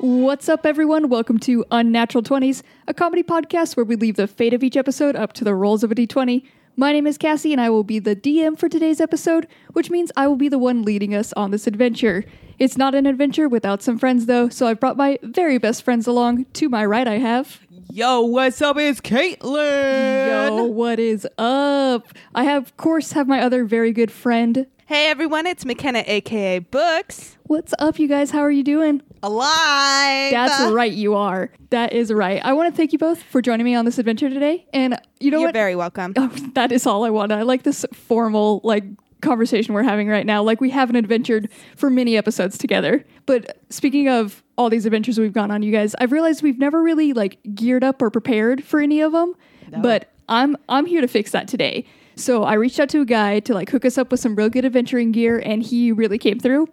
What's up, everyone? Welcome to Unnatural 20s, a comedy podcast where we leave the fate of each episode up to the rolls of a d20. My name is Cassie, and I will be the DM for today's episode, which means I will be the one leading us on this adventure. It's not an adventure without some friends, though, so I've brought my very best friends along. To my right, I have. Yo, what's up? It's Caitlin. Yo, what is up? I have, of course, have my other very good friend. Hey everyone, it's McKenna, aka Books. What's up, you guys? How are you doing? alive. That's right, you are. That is right. I want to thank you both for joining me on this adventure today. And you know You're what? very welcome. Oh, that is all I want. I like this formal like conversation we're having right now. Like we haven't adventured for many episodes together. But speaking of all these adventures we've gone on, you guys, I've realized we've never really like geared up or prepared for any of them. But I'm I'm here to fix that today. So I reached out to a guy to like hook us up with some real good adventuring gear, and he really came through.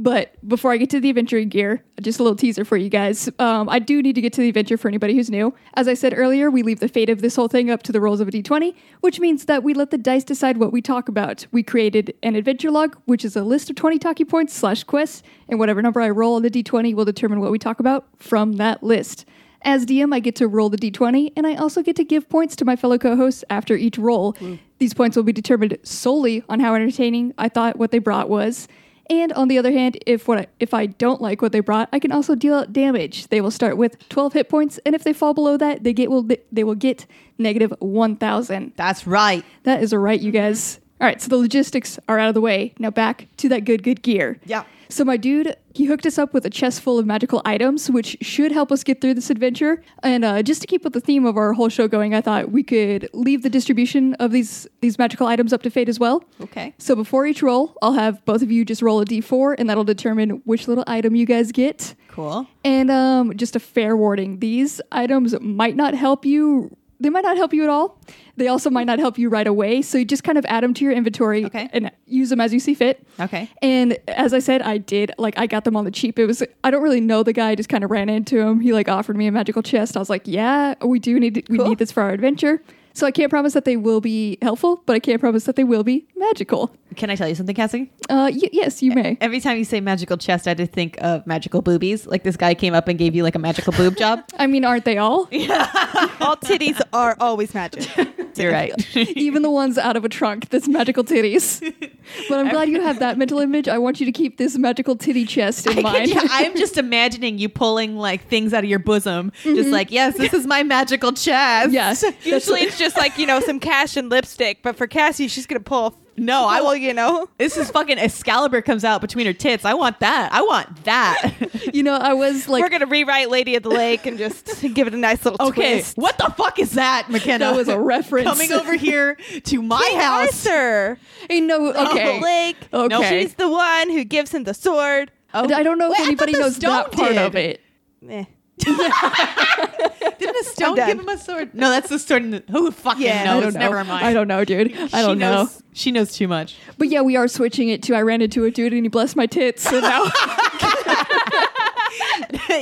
But before I get to the adventuring gear, just a little teaser for you guys. Um, I do need to get to the adventure for anybody who's new. As I said earlier, we leave the fate of this whole thing up to the rolls of a d20, which means that we let the dice decide what we talk about. We created an adventure log, which is a list of 20 talkie points slash quests, and whatever number I roll on the d20 will determine what we talk about from that list. As DM, I get to roll the d20, and I also get to give points to my fellow co hosts after each roll. These points will be determined solely on how entertaining I thought what they brought was. And on the other hand, if what I, if I don't like what they brought, I can also deal out damage. They will start with 12 hit points, and if they fall below that, they get will they will get negative 1,000. That's right. That is a right, you guys. All right, so the logistics are out of the way. Now back to that good, good gear. Yeah. So my dude, he hooked us up with a chest full of magical items, which should help us get through this adventure. And uh, just to keep with the theme of our whole show going, I thought we could leave the distribution of these these magical items up to fate as well. Okay. So before each roll, I'll have both of you just roll a d4, and that'll determine which little item you guys get. Cool. And um, just a fair warning: these items might not help you. They might not help you at all. They also might not help you right away. So you just kind of add them to your inventory Okay. and use them as you see fit. Okay. And as I said, I did like I got them on the cheap. It was I don't really know the guy. I just kind of ran into him. He like offered me a magical chest. I was like, yeah, we do need we Cool. need this for our adventure. So I can't promise that they will be helpful, but I can't promise that they will be magical. Can I tell you something, Cassie? Uh, y- yes, you may. Every time you say magical chest, I just think of magical boobies. Like this guy came up and gave you like a magical boob job. I mean, aren't they all? All titties are always magic. You're right. Even the ones out of a trunk. That's magical titties. But I'm glad you have that mental image. I want you to keep this magical titty chest in mind. I'm just imagining you pulling like things out of your bosom, just like yes, this is my magical chest. Yes. Usually it's just like, you know, some cash and lipstick, but for Cassie, she's gonna pull No, Oh, I well, will. you know. This is fucking Excalibur comes out between her tits. I want that. I want that. You know, I was like, We're gonna rewrite Lady of the Lake and just give it a nice little Okay, twist. what the fuck is that, McKenna? That was a reference. Coming over here to my house. Arthur hey, no, of okay. the lake. Okay. She's the one who gives him the sword. Oh, I don't know if wait, I thought anybody the knows stone that part did. of it. Eh. Didn't the stone I'm done. give him a sword? No, that's the sword. In the, who fucking Yeah, knows? I don't know. Never mind. I don't know, dude. I she don't know. Knows, she knows too much. But yeah, we are switching it to I ran into a dude and he blessed my tits. So now,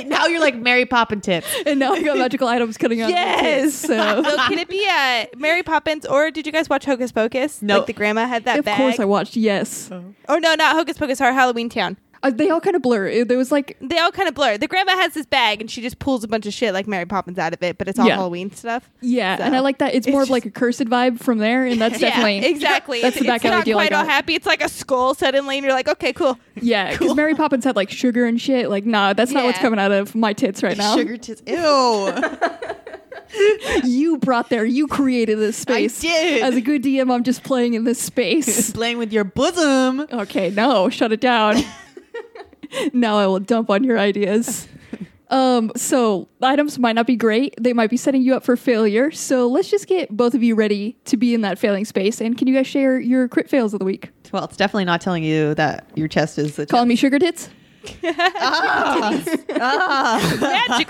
now you're like Mary Poppin tits. and now I've got magical items cutting out. of my Yes. tits, so. So can it be uh, Mary Poppins or did you guys watch Hocus Pocus? No. Like the grandma had that Of bag. course, I watched. Yes, Oh. Or no, not Hocus Pocus, or Halloween Town. Uh, they all kind of blur. It- There was like, They all kind of blur. The grandma has this bag and she just pulls a bunch of shit like Mary Poppins out of it, but it's all Yeah. Halloween stuff. yeah, So, and I like that. It's, more of just- like a cursed vibe from there, and that's definitely Yeah, exactly. That's the It's- back it's alley not deal I quite all got. happy. It's like a skull suddenly, and you're like, okay, cool. Yeah, because Mary Poppins had like sugar and shit. Like, nah, that's not what's Yeah. coming out of my tits right now. Sugar tits. Ew. You brought there. You created this I space. did. As a good DM, I'm just playing in this space. Playing with your bosom. Okay, no, shut it down. now I will dump on your ideas. Um, so items might not be great. They might be setting you up for failure. So let's just get both of you ready to be in that failing space. And can you guys share your crit fails of the week? Well, it's definitely not telling you that your chest is the chest. Calling me sugar tits? Magical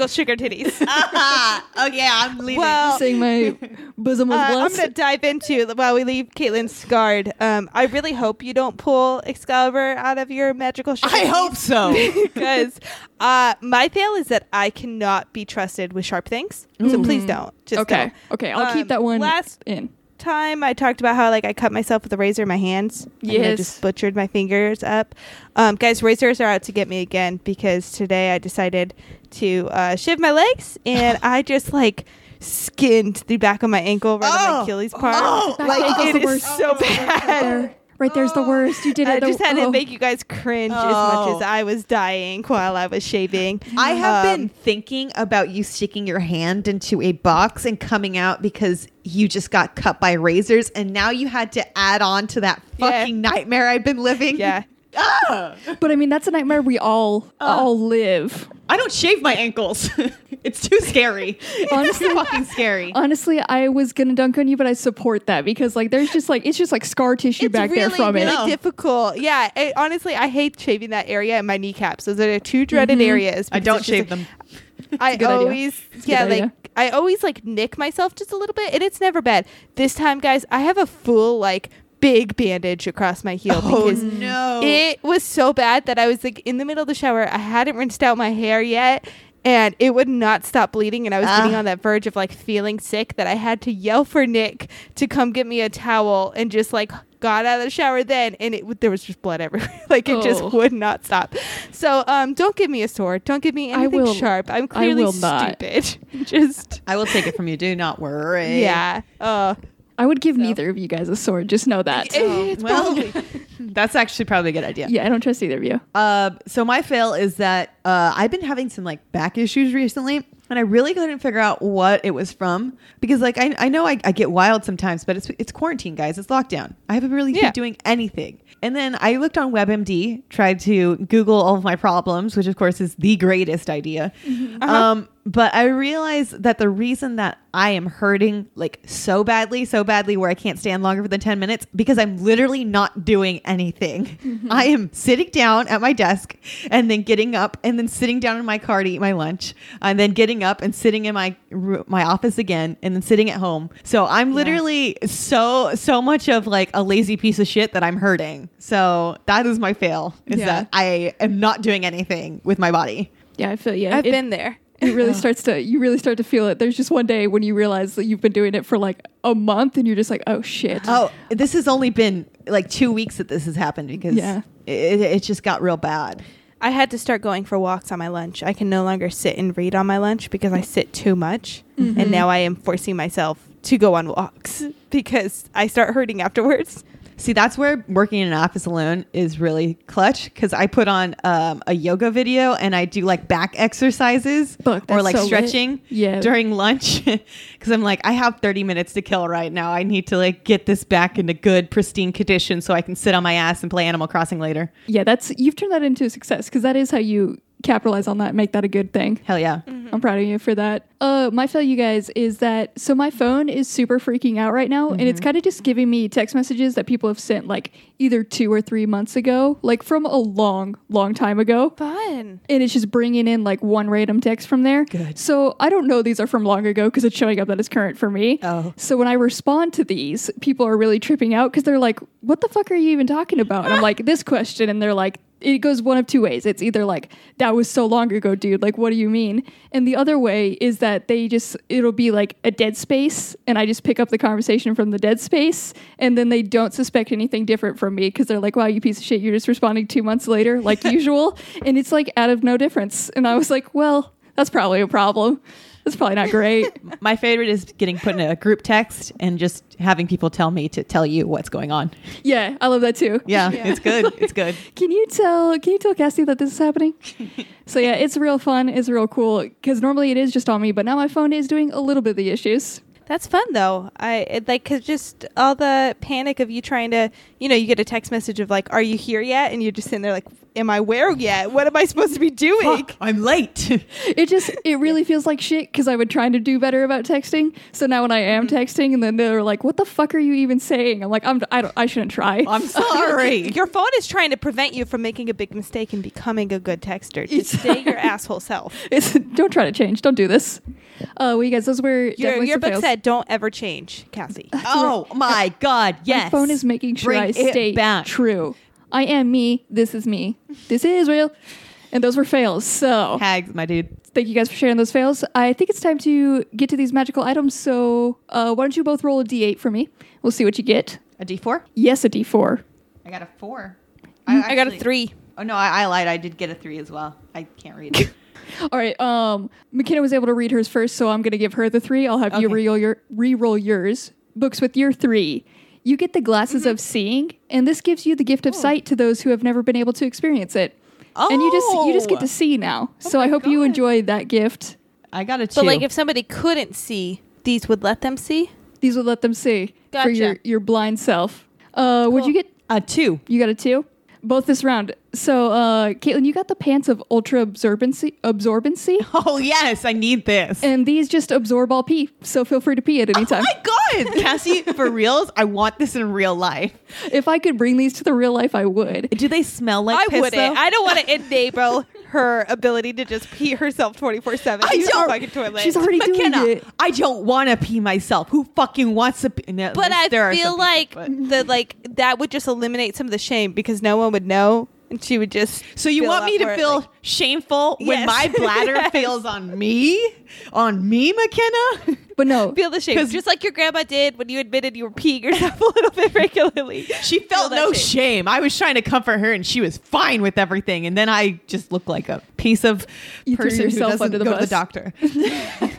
sugar titties. Ah, oh yeah, I'm leaving. Well, Saying my bosom was uh, I'm blessed. going to dive into while we leave Caitlin scarred. Um, I really hope you don't pull Excalibur out of your magical sugar I hope so. because uh, my fail is that I Mm. cannot be trusted with sharp things. So please don't. Just okay. don't. Okay, I'll Um, keep that one Last in. time I talked about how like I cut myself with a razor in my hands. And I Yes. just butchered my fingers up. Um, guys, razors are out to get me again because today I decided to uh, shave my legs and I just like skinned the back of my ankle right on my Oh. Achilles part. Oh. That Like, ankle's it the is worst. so Right bad. there. Right there's the worst. You did I it. just had oh. to make you guys cringe as much Oh. as I was dying while I was shaving. I have Um, been thinking about you sticking your hand into a box and coming out because you just got cut by razors, and now you had to add on to that Yeah. fucking nightmare I've been living. Yeah. Ah! But I mean, that's a nightmare we all all live. I don't shave my ankles. it's too scary. Honestly- it's fucking scary. Honestly, I was gonna dunk on you, but I support that because like there's just like it's just like scar tissue It's back there really, from really it. No. difficult. Yeah, I- honestly, I hate shaving that area and my kneecaps. Those are the two Mm-hmm. dreaded areas. I because don't it's just shave like- them. I good idea. always, a yeah, good like idea. I always like nick myself just a little bit, and it's never bad. This time, guys, I have a full like big bandage across my heel Oh, because Oh, no. it was so bad that I was like in the middle of the shower. I hadn't rinsed out my hair yet. And it would not stop bleeding, and I was getting Ah. on that verge of like feeling sick that I had to yell for Nick to come get me a towel, and just like got out of the shower then, and it w- there was just blood everywhere. like it just Oh. would not stop. So um, don't give me a sword. Don't give me I anything will- sharp. I'm clearly will not. stupid. just I will take it from you. Do not worry. yeah. Uh, I would give neither of you guys a sword. Just know that. it's well, probably that's actually probably a good idea. yeah, I don't trust either of you. Uh, so my fail is that uh, I've been having some like back issues recently, and I really couldn't figure out what it was from because like I, I know I, I get wild sometimes, but it's it's quarantine, guys. It's lockdown. I haven't really Yeah. been doing anything. And then I looked on WebMD, tried to Google all of my problems, which of course is the greatest idea. Um, but I realized that the reason that I am hurting like so badly, so badly, where I can't stand longer than 10 minutes because I'm literally not doing anything. Mm-hmm. I am sitting down at my desk and then getting up and then sitting down in my car to eat my lunch and then getting up and sitting in my ro- my office again and then sitting at home. So I'm literally so so much of like a lazy piece of shit that I'm hurting. So that is my fail is Yeah. that I am not doing anything with my body. Yeah, I feel yeah. I've it, been there. it really starts to you really start to feel it. There's just one day when you realize that you've been doing it for like a month and you're just like, oh shit. Oh, this has only been like two weeks that this has happened because Yeah. it, it just got real bad. I had to start going for walks on my lunch. I can no longer sit and read on my lunch because I sit too much. And now I am forcing myself to go on walks because I start hurting afterwards. See, that's where working in an office alone is really clutch because I put on um, a yoga video and I do like back exercises Fuck, or that's like so lit. stretching Yeah. during lunch because I'm like, I have 30 minutes to kill right now. I need to like get this back into good, pristine condition so I can sit on my ass and play Animal Crossing later. Yeah, that's you've turned that into a success because that is how you capitalize on that and make that a good thing. Hell yeah. I'm proud of you for that. Uh, my fail, you guys, is that so my phone is super freaking out right now, Mm-hmm. and it's kind of just giving me text messages that people have sent like either two or three months ago, like from a long, long time ago. Fun. And it's just bringing in like one random text from there. Good. So I don't know these are from long ago because it's showing up that it's current for me. Oh. So when I respond to these, people are really tripping out because they're like, what the fuck are you even talking about? And I'm like, this question. And they're like, it goes one of two ways. It's either like, that was so long ago, dude. Like, what do you mean? And the other way is that they just, it'll be like a dead space. And I just pick up the conversation from the dead space. And then they don't suspect anything different from me because they're like, wow, you piece of shit. You're just responding two months later, like usual. And it's like out of no difference. And I was like, well, that's probably a problem. That's probably not great. My favorite is getting put in a group text and just having people tell me to tell you what's going on. yeah, I love that too. Yeah, it's good. It's good. can you tell can you tell Cassie that this is happening? so yeah, it's real fun. It's real cool because normally it is just on me, but now my phone is doing a little bit of the issues. That's fun though. I it, like cause just all the panic of you trying to, you know, you get a text message of like, "Are you here yet?" And you're just sitting there like, "Am I where yet? What am I supposed to be doing?" Fuck, I'm late. It just it really feels like shit because I've been trying to do better about texting. So now when I am Mm-hmm. texting, and then they're like, "What the fuck are you even saying?" I'm like, "I'm I don't I shouldn't try." I'm sorry. Your phone is trying to prevent you from making a big mistake and becoming a good texter. Just It's- stay your asshole self. It's, don't try to change. Don't do this. Uh, well, you guys, those were Your, definitely your some book fails. said, "Don't ever change, Cassie." Oh my God! Yes, My phone is making sure Bring I it stay back. true. I am me. This is me. This is real. And those were fails. So Hags, my dude. thank you guys for sharing those fails. I think it's time to get to these magical items. So uh, why don't you both roll a d8 for me? We'll see what you get. A D four. Yes, a d4. I got a four. Mm, I got a three. Oh no, I, I lied. I did get a three as well. I can't read. it. All right. Um, McKenna was able to read hers first, so I'm going to give her the three. I'll have you Okay. re-roll, your, re-roll yours. Books with your three. You get the glasses Mm-hmm. of seeing, and this gives you the gift of Oh. sight to those who have never been able to experience it. And you just you just get Oh! to see now. so I my hope you God. enjoy that gift. I got a two. But like, if somebody couldn't see, these would let them see. These would let them see for your, Gotcha. your blind self. Uh, Would Cool. you get a two. You got a two? Both this round. So, uh, Caitlin, you got the pants of ultra absorbency, absorbency, Oh yes, I need this. and these just absorb all pee. So feel free to pee at any Oh time. my god, Cassie, for reals, I want this in real life. if I could bring these to the real life, I would. Do they smell like I piss, wouldn't. though? I don't want to enable her ability to just pee herself twenty four seven. I don't- Fucking toilet. She's already McKenna, doing it. I don't want to pee myself. Who fucking wants to pee? No, but at I least there are feel some people, like but- the like that would just eliminate some of the shame because no one would know, and she would just. So you feel want up me to for it, feel like- shameful when Yes. my bladder Yes. fails on me? On me, McKenna? But no, feel the shame, 'Cause- just like your grandma did when you admitted you were peeing yourself a little bit regularly. She felt that no shame. shame. I was trying to comfort her and she was fine with everything. And then I just looked like a piece of You threw person who yourself doesn't under the go to bus. the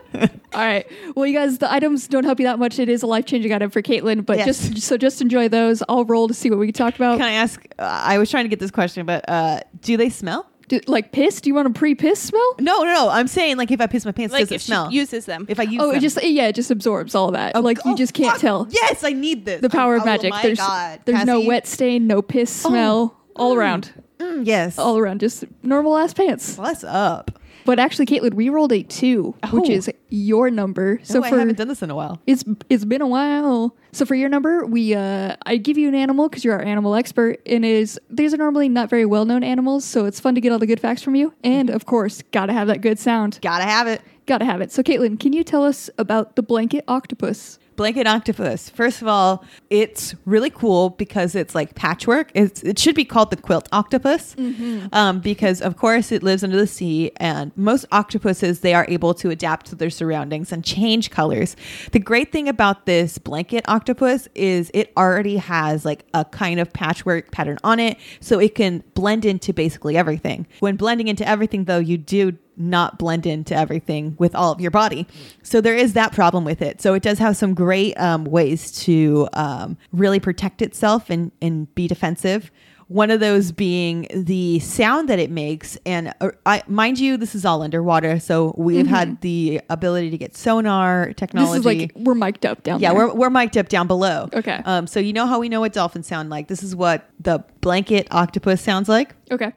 doctor. all right. Well, you guys, the items don't help you that much. It is a life changing item for Caitlin, but Yes. just so just enjoy those. I'll roll to see what we can talk about. Can I ask? Uh, I was trying to get this question, but uh, do they smell? Do- like piss? Do you want a pre piss smell? No, no, no. I'm saying like if I piss my pants, like does it if she smell? uses them. if I use oh, them. it just yeah, it just absorbs all that. Oh, like you oh, just can't fuck. tell. Yes, I need this. The power Oh, of magic. my there's God. there's no Cassie? Oh. wet stain, no piss smell, all around. Mm, yes. all around, just normal ass pants. Bless up. But actually, Caitlin, we rolled a two, which Oh. is your number. So oh, for I haven't done this in a while. it's it's been a while. So for your number, we uh, I give you an animal because you're our animal expert, and is these are normally not very well known animals, so it's fun to get all the good facts from you, and of course, gotta have that good sound, Gotta have it. gotta have it. So Caitlin, can you tell us about the blanket octopus? Blanket octopus. First of all, it's really cool because it's like patchwork. It's, it should be called the quilt octopus um, because, of course, it lives under the sea. And most octopuses, they are able to adapt to their surroundings and change colors. The great thing about this blanket octopus is it already has like a kind of patchwork pattern on it. So it can blend into basically everything. When blending into everything, though, you do not blend into everything with all of your body. So there is that problem with it. So it does have some great um, ways to um, really protect itself and, and be defensive. One of those being the sound that it makes. And uh, I, mind you, this is all underwater. So we've had the ability to get sonar technology. Mm-hmm. This is like we're mic'd up down Yeah, there. we're, we're mic'd up down below. Okay. Um, so you know how we know what dolphins sound like. This is what the blanket octopus sounds like. okay.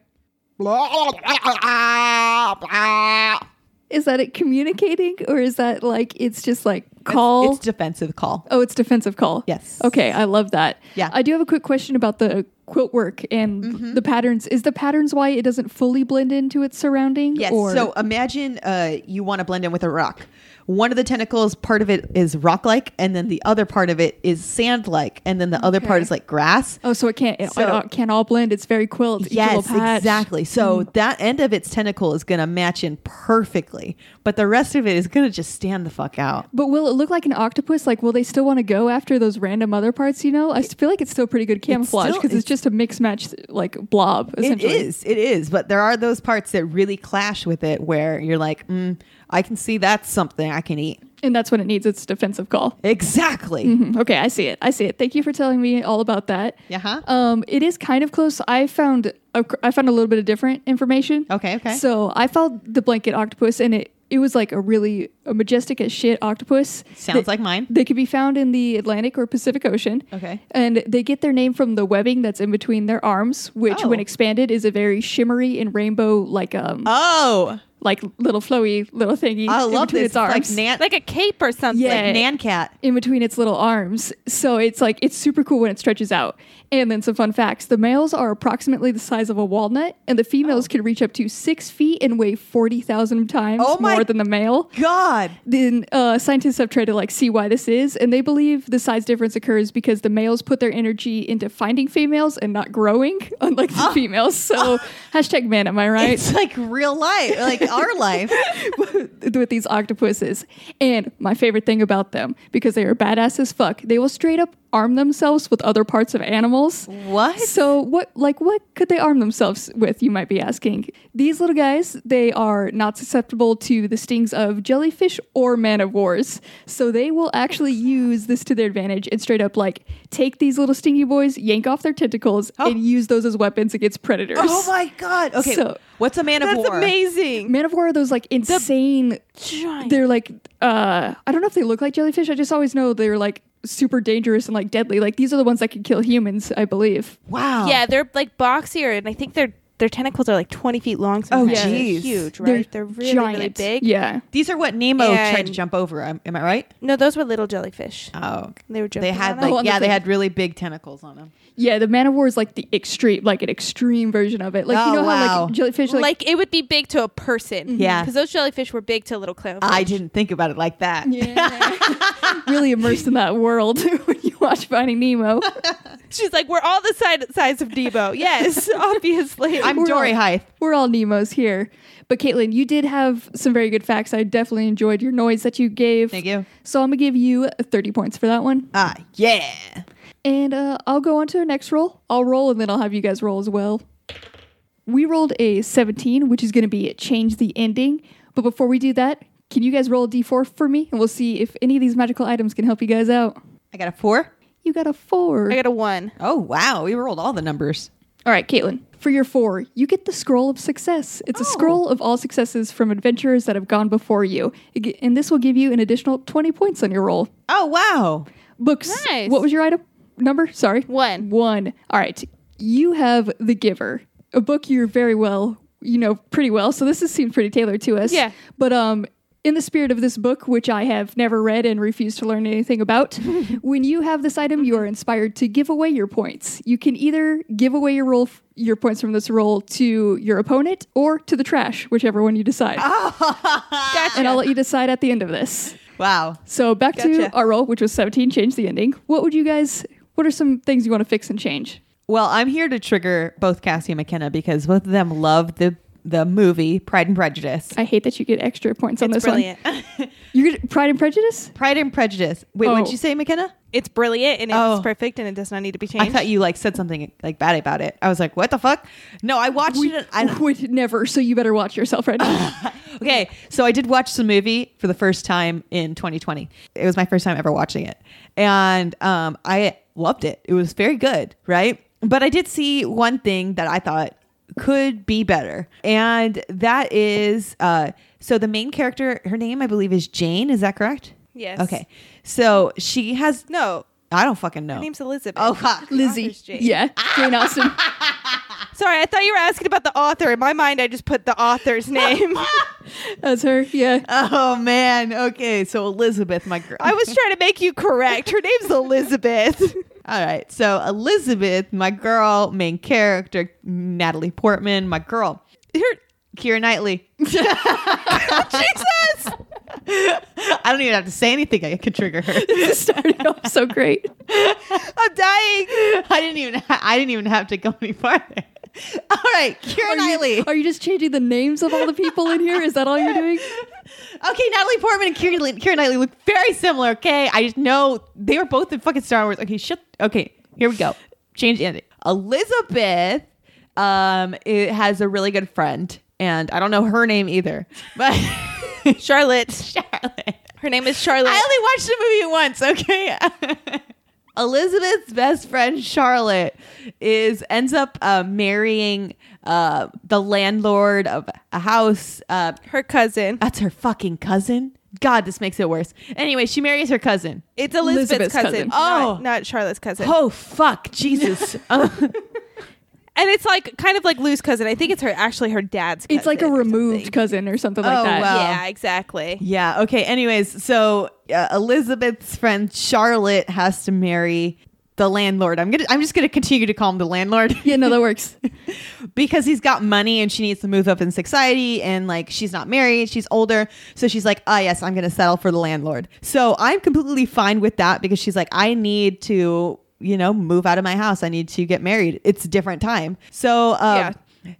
Is that it communicating, or is that like it's just like call? It's defensive call. Oh, it's defensive call. Yes. Okay, I love that. Yeah. Mm-hmm. I do have a quick question about the quilt work and the patterns. Is the patterns why it doesn't fully blend into its surrounding? Yes. Or, So imagine uh, you want to blend in with a rock. One of the tentacles, part of it is rock like, and then the other part of it is sand like, and then the other part Okay. is like grass. oh, so it can't. It, So- it can't all blend. It's very quilt. each little Yes, patch. Hmm. exactly. So that end of its tentacle is going to match in perfectly, but the rest of it is going to just stand the fuck out. But will it look like an octopus? Like, will they still want to go after those random other parts? You know, I s- feel like it's still pretty good camouflage still- because it's, it's- just a mix match like blob. It Essentially, is. It is. But there are those parts that really clash with it where you're like, mm, I can see that's something I can eat. and that's when it needs its defensive call. Exactly. Mhm. Okay, I see it. I see it. Thank you for telling me all about that. Uh-huh. Um, it is kind of close. I found a, I found a little bit of different information. Okay, okay. So I found the blanket octopus, and it it was like a really a majestic as shit octopus. Sounds They- like mine. They can be found in the Atlantic or Pacific Ocean. Okay. And they get their name from the webbing that's in between their arms, which, Oh. when expanded, is a very shimmery and rainbow like um Oh, like little flowy little thingy. I in love between this. Its arms Like Nan- like a cape or something. Yeah. Nan Cat. in between its little arms. So it's like it's super cool when it stretches out. And then some fun facts: the males are approximately the size of a walnut, Oh. and the females can reach up to six feet and weigh forty thousand times Oh my more than the male. God. then uh, scientists have tried to like see why this is, and they believe the size difference occurs because the males put their energy into finding females and not growing, unlike Ah. the females. So hashtag man, am I right? It's like real life, like our life. With these octopuses, and my favorite thing about them because they are badass as fuck, they will straight up arm themselves with other parts of animals. What? So what like what could they arm themselves with you might be asking. These little guys, they are not susceptible to the stings of jellyfish or man of wars. So they will actually use this to their advantage and straight up like take these little stingy boys, yank off their tentacles and use those as weapons against predators. Oh my God. Okay. So- what's a man of That's war? amazing. Man of War are those like insane Giant. they're like uh I don't know if they look like jellyfish. I just always know they're like super dangerous and like deadly. Like these are the ones that can kill humans, I believe. Wow. Yeah, they're like boxier, and I think their their tentacles are like twenty feet long. sometimes. Yeah. They're jeez. huge, right? They're, really really Oh, giant. big. Yeah. These are what Nemo tried to And- jump over. Am, am I right? No, those were little jellyfish. Oh. They were jumping They had on like it. Oh, on the yeah, they thing. had really big tentacles on them. Yeah, the Man of War is like the extreme, like an extreme version of it. Like Oh, you know how wow. like jellyfish, like, like, Mm-hmm. it would be big to a person. Yeah. because those jellyfish were big to little clown. I didn't think about it like that. yeah, really immersed in that world when you watch Finding Nemo. She's like, we're all the side, size of Debo. Yes, obviously. I'm We're Dory all- Hythe. We're all Nemos here. But Caitlin, you did have some very good facts. I definitely enjoyed your noise that you gave. Thank you. So I'm gonna give you 30 points for that one, Ah, yeah. and uh, I'll go on to the next roll. I'll roll, and then I'll have you guys roll as well. We rolled a 17, which is going to be change the ending. But before we do that, can you guys roll a d4 for me? And we'll see if any of these magical items can help you guys out. I got a four. You got a four. I got a one. Oh wow, we rolled all the numbers. all right, Caitlin, for your four, you get the scroll of success. It's a Oh. scroll of all successes from adventurers that have gone before you. It g- And this will give you an additional 20 points on your roll. Oh wow. Books. Nice. What was your item? Number? Sorry. One. One. All right. You have The Giver, a book you're very well, you know, pretty well. So this is, seems pretty tailored to us. Yeah. But um, in the spirit of this book, which I have never read and refuse to learn anything about, when you have this item, you Mm-hmm. are inspired to give away your points. You can either give away your roll, your points from this roll to your opponent or to the trash, whichever one you decide. Gotcha. And I'll let you decide at the end of this. Wow. So back to Gotcha. our roll, which was 17, change the ending. What would you guys, what are some things you want to fix and change? Well, I'm here to trigger both Cassie and McKenna because both of them love the the movie Pride and Prejudice. I hate that you get extra points on this it's brilliant. one. You get Pride and Prejudice? Pride and Prejudice. Wait, Oh. what'd you say, McKenna? it's brilliant and it's Oh. perfect and it does not need to be I changed. thought you like said something like bad about it. I was like, what the fuck? No, I watched We it. I, would never, so you better watch yourself right now. okay, so I did watch the movie for the first time in 2020. It was my first time ever watching it, and um, I loved it. It was very good, right? But I did see one thing that I thought could be better, and that is uh, so the main character, her name I believe is Jane. Is that correct? Yes. Okay, so she has no, I don't fucking know. her name's Elizabeth. oh, fuck. Lizzie. Author's Jane. Yeah, Jane Austen. Sorry, I thought you were asking about the author. In my mind, I just put the author's name. That's her. Yeah. Oh man. Okay, so Elizabeth, my girl. I was trying to make you correct. Her name's Elizabeth. All right. So Elizabeth, my girl, main character, Natalie Portman, my girl, Her, Kira Knightley. Jesus! I don't even have to say anything. I could trigger her. This started off so great. I'm dying. I didn't even. Ha- I didn't even have to go any farther. All right, Kira Are Knightley. you, are you just changing the names of all the people in here? Is that all you're doing? okay, Natalie Portman and Kira, Kira Knightley look very similar. Okay, I just know they were both in fucking Star Wars. Okay, shut. Okay, here we go. Change ending. Elizabeth, um, it has a really good friend, and I don't know her name either, but. Charlotte. Charlotte. Her name is Charlotte. I only watched the movie once, okay? Elizabeth's best friend Charlotte is ends up uh, marrying uh, the landlord of a house. Uh, her cousin. that's her fucking cousin. God, this makes it worse. Anyway, she marries her cousin. It's Elizabeth's, Elizabeth's cousin. cousin. Not- Oh. not, Charlotte's cousin. Oh fuck, Jesus! Uh, And it's like kind of like Lou's cousin. I think it's her actually her dad's. cousin It's like a or removed something. cousin or something Oh, like that. wow. Yeah, exactly. yeah. Okay. Anyways, so uh, Elizabeth's friend Charlotte has to marry the landlord. I'm gonna I'm just gonna continue to call him the landlord Yeah, no, that works. because he's got money and she needs to move up in society and like she's not married, she's older. So she's like, ah, yes, I'm gonna settle for the landlord. So I'm completely fine with that because she's like, I need to, you know, move out of my house. I need to get married. It's a different time. So um,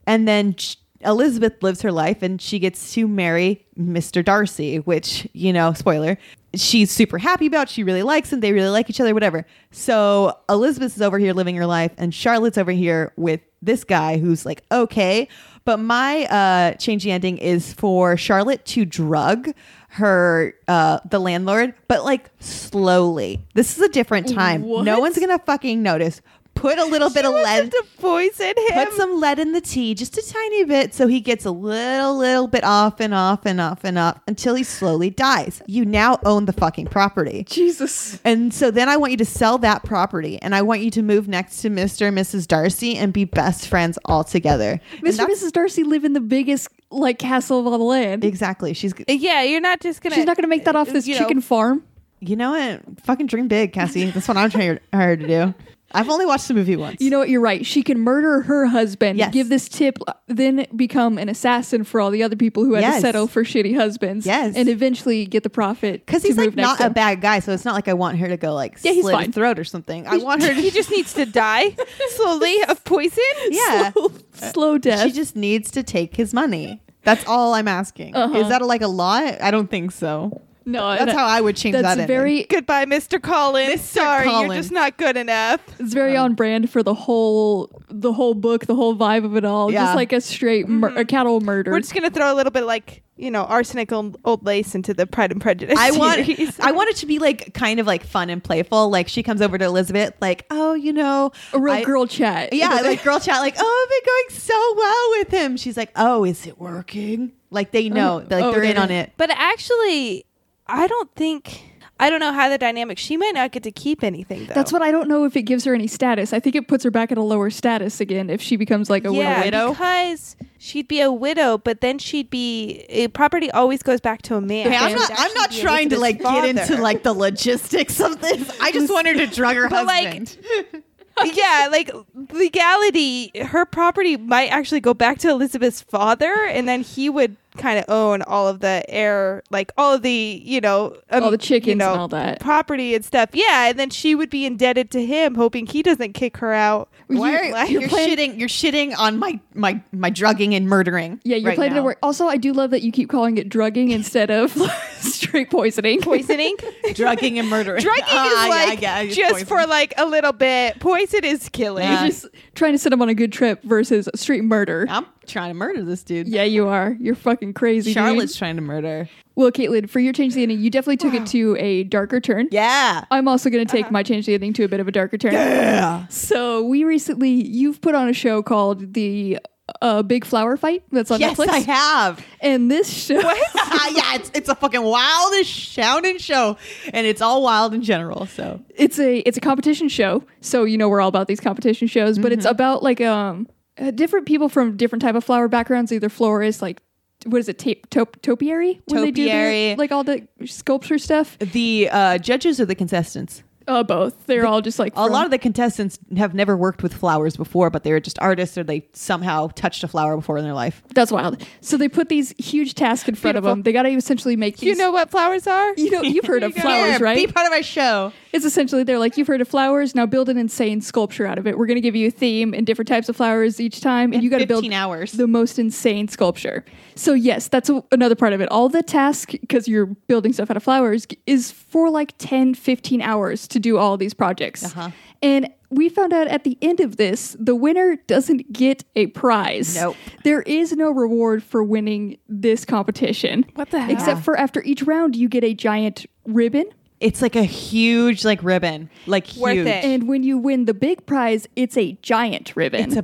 and then sh- Elizabeth lives her life and she gets to marry Mr. Darcy, which, you know, spoiler, she's super happy about. She really likes him. They really like each other, whatever. So Elizabeth is over here living her life and Charlotte's over here with this guy who's like, okay. But my uh, change the ending is for Charlotte to drug her uh the landlord but like slowly this is a different time no What? one's gonna fucking notice put a little bit of lead to poison him. Put some lead in the tea, just a tiny bit, so he gets a little, little bit off and off and off and off until he slowly dies. You now own the fucking property. Jesus. And so then I want you to sell that property and I want you to move next to Mr. and Mrs. Darcy and be best friends all together. And Mr. and that's- Mrs. Darcy live in the biggest like castle of all the land. Exactly. She's, yeah, you're not just gonna. She's not going to make that off this you know. chicken farm. you know what? Fucking dream big, Cassie. That's what I'm trying her to do. I've only watched the movie once. You know what? You're right. She can murder her husband, Yes. give this tip, then become an assassin for all the other people who had Yes. to settle for shitty husbands. Yes. And eventually get the profit. because to he's like move next not to a him. bad guy, so it's not like I want her to go like Yeah, he's slit fine. his throat or something. I want her to he just needs to die slowly of poison. yeah. Slow, slow death. She just needs to take his money. That's all I'm asking. Uh-huh. Is that like a lot? I don't think so. no, That's no. how I would change That's that. ending. very Goodbye, Mr. Collins. Sorry, Collins. you're just not good enough. it's very on brand for the whole the whole book, the whole vibe of it all. Yeah. Mm-hmm. Just like a straight mur- a cattle murder. We're just gonna throw a little bit like you know arsenic and old lace into the Pride and Prejudice. I want series. I want it to be like kind of like fun and playful. Like she comes over to Elizabeth, like, oh, you know, a real I- girl chat. Yeah, like girl chat, like, oh, I've been going so well with him. She's like, oh, is it working? Like they know, like oh, they're they in on know. it. But actually, I don't think I don't know how the dynamic. She might not get to keep anything. Though. That's what I don't know if it gives her any status. I think it puts her back at a lower status again if she becomes like a yeah, widow. widow? because she'd be a widow, but then she'd be a property always goes back to a man. Okay, I'm It not. would I'm not actually be trying to like Elizabeth's get father. into like the logistics of this. I just want her to drug her But, like, husband. yeah, like legality. Her property might actually go back to Elizabeth's father, and then he would kind of own all of the air, like all of the you know, um, All the chickens you know, and all that. property and stuff. Yeah, and then she would be indebted to him, hoping he doesn't kick her out. Why You- are, why- you're, you're shitting? You're shitting on my my my drugging and murdering. Yeah, you're right planning now. to work. Also, I do love that you keep calling it drugging instead of straight poisoning. Poisoning. drugging and murdering. Drugging Ah, is yeah, like I get it. It's just poison. for like a little bit. Poison is killing. Yeah. Just trying to set him on a good trip versus straight murder. I'm trying to murder this dude. Yeah, you are. You're fucking crazy. dude. Charlotte's trying to murder. Well, Caitlin, for your change the ending, you definitely took it to a darker turn. Yeah. Uh-huh. I'm also going to take my change the ending to a bit of a darker turn. So we recently, you've put on a show called the uh, Big Flower Fight. That's on Yes, Netflix. I have. Ah, and this show, yeah, it's it's a fucking wildest shouting show, and it's all wild in general. So it's a it's a competition show. So you know we're all about these competition shows, but Mm-hmm. it's about like um uh, different people from different type of flower backgrounds, either florists, like what is it, tape, top, topiary? When they do their- Topiary. like all the sculpture stuff. the uh, judges or the contestants. Uh, both. They're all just like A lot of the contestants have never worked with flowers before, but they were just artists, or they somehow touched a flower before in their life. That's wild. So they put these huge tasks in front of them. They got to essentially make these. You know what flowers are? you know, you've heard of flowers, Yeah, right? Be part of our show. It's essentially they're like, you've heard of flowers. Now build an insane sculpture out of it. We're going to give you a theme and different types of flowers each time, and you got to build 15 hours. the most insane sculpture. So yes, that's a, another part of it. All the task because you're building stuff out of flowers is for like 10, 15 hours to do all these projects. Uh-huh. And we found out at the end of this, the winner doesn't get a prize. Nope. There is no reward for winning this competition. What the hell? Except for after each round, you get a giant ribbon. It's like a huge like ribbon, like Worth huge. it. And when you win the big prize, it's a giant ribbon. It's a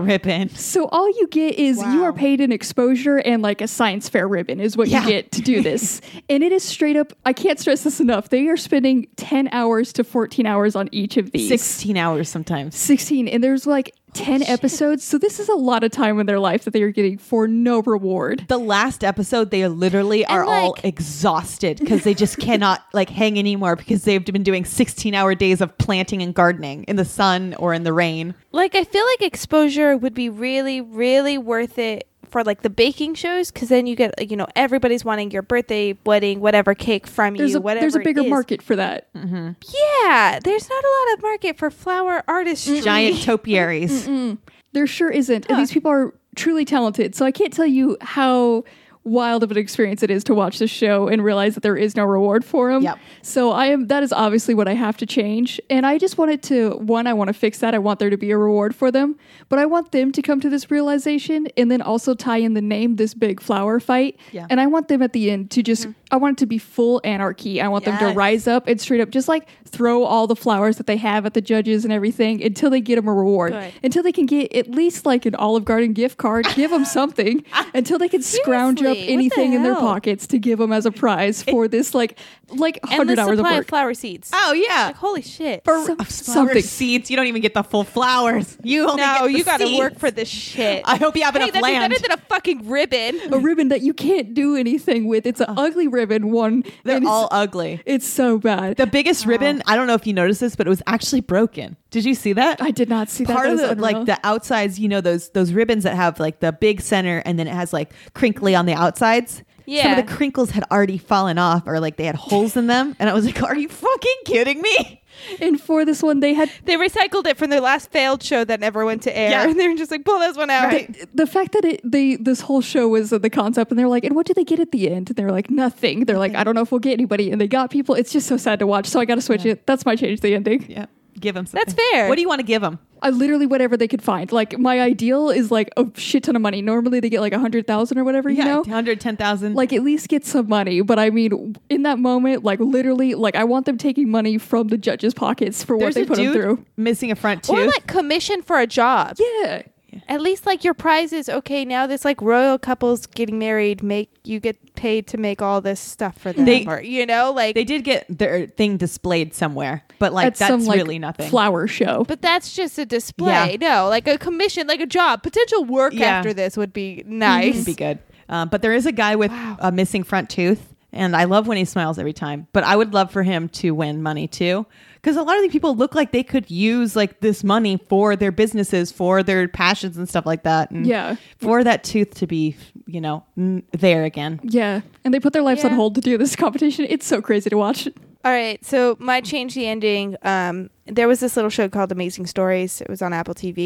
ribbon. so all you get is you Wow. are paid an exposure and like a science fair ribbon is what Yeah. you get to do this. and it is straight up I can't stress this enough. They are spending 10 hours to 14 hours on each of these. Sixteen hours sometimes. 16 and there's like 10 episodes. So this is a lot of time in their life that they are getting for no reward. The last episode, they literally are all like- exhausted because they just cannot like hang anymore because they've been doing 16 hour days of planting and gardening in the sun or in the rain. Like I feel like exposure would be really, really worth it for like the baking shows because then you get like, you know everybody's wanting your birthday, wedding, whatever cake from There's you. a whatever there's a it bigger is. market for that. Yeah, there's not a lot of market for flower artistry. Giant topiaries. There sure isn't. And these people are truly talented. So I can't tell you how wild of an experience it is to watch this show and realize that there is no reward for them. Yep. So I am that is obviously what I have to change. And I just wanted to one, I want to fix that. I want there to be a reward for them. But I want them to come to this realization and then also tie in the name this big flower fight. Yeah. Mm-hmm. And I want them at the end to just I want it to be full anarchy. I want them Yes. to rise up and straight up just like throw all the flowers that they have at the judges and everything until they get them a reward. Good. Until they can get at least like an Olive Garden gift card, give them something until they can scrounge up Seriously, what the anything in their hell? pockets to give them as a prize for this like like and the hundred hours of supply of work. flower seeds. Oh, yeah. Like holy shit! For Flower something. seeds. You don't even get the full flowers. You only no, get the you got to seeds. work for this shit. I hope you have hey, enough that's land. better than a fucking ribbon. A ribbon that you can't do anything with. It's an ugly ribbon. One. They're and it's- all ugly. It's so bad. The biggest ribbon, Oh. I don't know if you noticed this, but it was actually broken. Did you see that? I did not see that. part That of was the like unreal. the outsides you know those those ribbons that have like the big center and then it has like crinkly on the outsides some Yeah. of the crinkles had already fallen off or like they had holes in them and i was like are you fucking kidding me And for this one, they had They recycled it from their last failed show that never went to air, Yeah. and they're just like, pull this one out. Right. the fact that it they this whole show was at the concept and they're like and what do they get at the end and they're like nothing they're like i don't know if we'll get anybody and they got people it's just so sad to watch so i gotta switch it that's my change to the ending yeah give them That's fair. what do you want to give them i literally whatever they could find like my ideal is like a shit ton of money normally they get like a hundred thousand or whatever you yeah know 110000 like at least get some money but i mean in that moment like literally like i want them taking money from the judges pockets for what there's they a put them dude through missing a front tooth Or like commission for a job. yeah At least like your prize is okay. Now this like royal couples getting married make you get paid to make all this stuff for them. They- or, you know, like they did get their thing displayed somewhere but like at that's some like really nothing flower show but that's just a display. No, like a commission, like a job, potential work Yeah. after this would be nice. would be good. Um, but there is a guy with a missing front tooth, and I love when he smiles every time. But I would love for him to win money too, because a lot of the people look like they could use like this money for their businesses, for their passions and stuff like that. And Yeah. for that tooth to be, you know, n- there again. yeah and they put their lives on Yeah. hold to do this competition it's so crazy to watch All right, so my change the ending. Um, there was this little show called Amazing Stories. It was on Apple TV.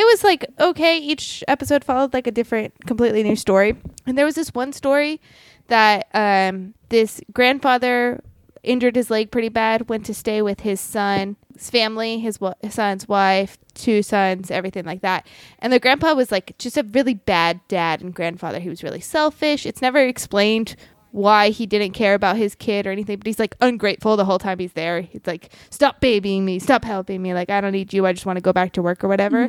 It was like okay, each episode followed like a different, completely new story. And there was this one story that um, this grandfather injured his leg pretty bad. Went to stay with his son, his family, his, wa- his son's wife, two sons, everything like that. And the grandpa was like just a really bad dad and grandfather. He was really selfish. It's never explained why he didn't care about his kid or anything, but he's like ungrateful the whole time he's there. He's like, stop babying me, stop helping me. Like, I don't need you. I just want to go back to work or whatever.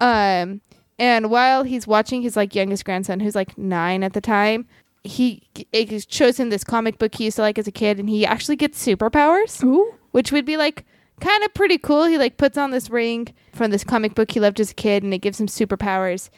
Um, and while he's watching his like youngest grandson, who's like nine at the time, he he's chosen this comic book he used to like as a kid, and he actually gets superpowers Ooh. which would be like kind of pretty cool. He like puts on this ring from this comic book he loved as a kid and it gives him superpowers.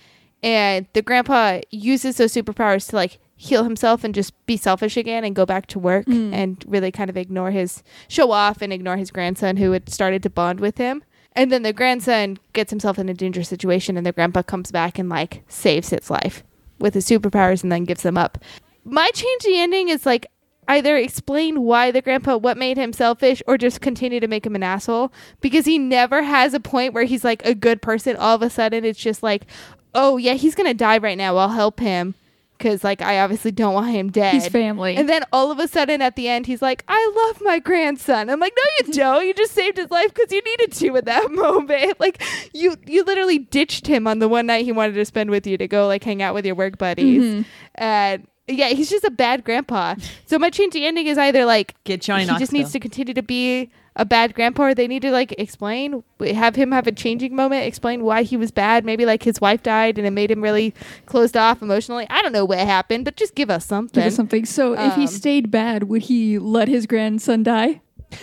And the grandpa uses those superpowers to like heal himself and just be selfish again and go back to work and really kind of ignore his show off and ignore his grandson who had started to bond with him. And then the grandson gets himself in a dangerous situation and the grandpa comes back and like saves his life with his superpowers and then gives them up. My change the ending is like either explain why the grandpa what made him selfish or just continue to make him an asshole because he never has a point where he's like a good person all of a sudden it's just like oh yeah he's gonna die right now i'll help him because like i obviously don't want him dead He's family. and then all of a sudden at the end he's like i love my grandson i'm like no you don't you just saved his life because you needed to at that moment like you you literally ditched him on the one night he wanted to spend with you to go like hang out with your work buddies and yeah, he's just a bad grandpa. So my change the ending is either like Get Johnny he just Knoxville. needs to continue to be a bad grandpa, or they need to like explain, have him have a changing moment, explain why he was bad. Maybe like his wife died and it made him really closed off emotionally. I don't know what happened, but just give us something. Give us something. So if he Um, stayed bad, would he let his grandson die?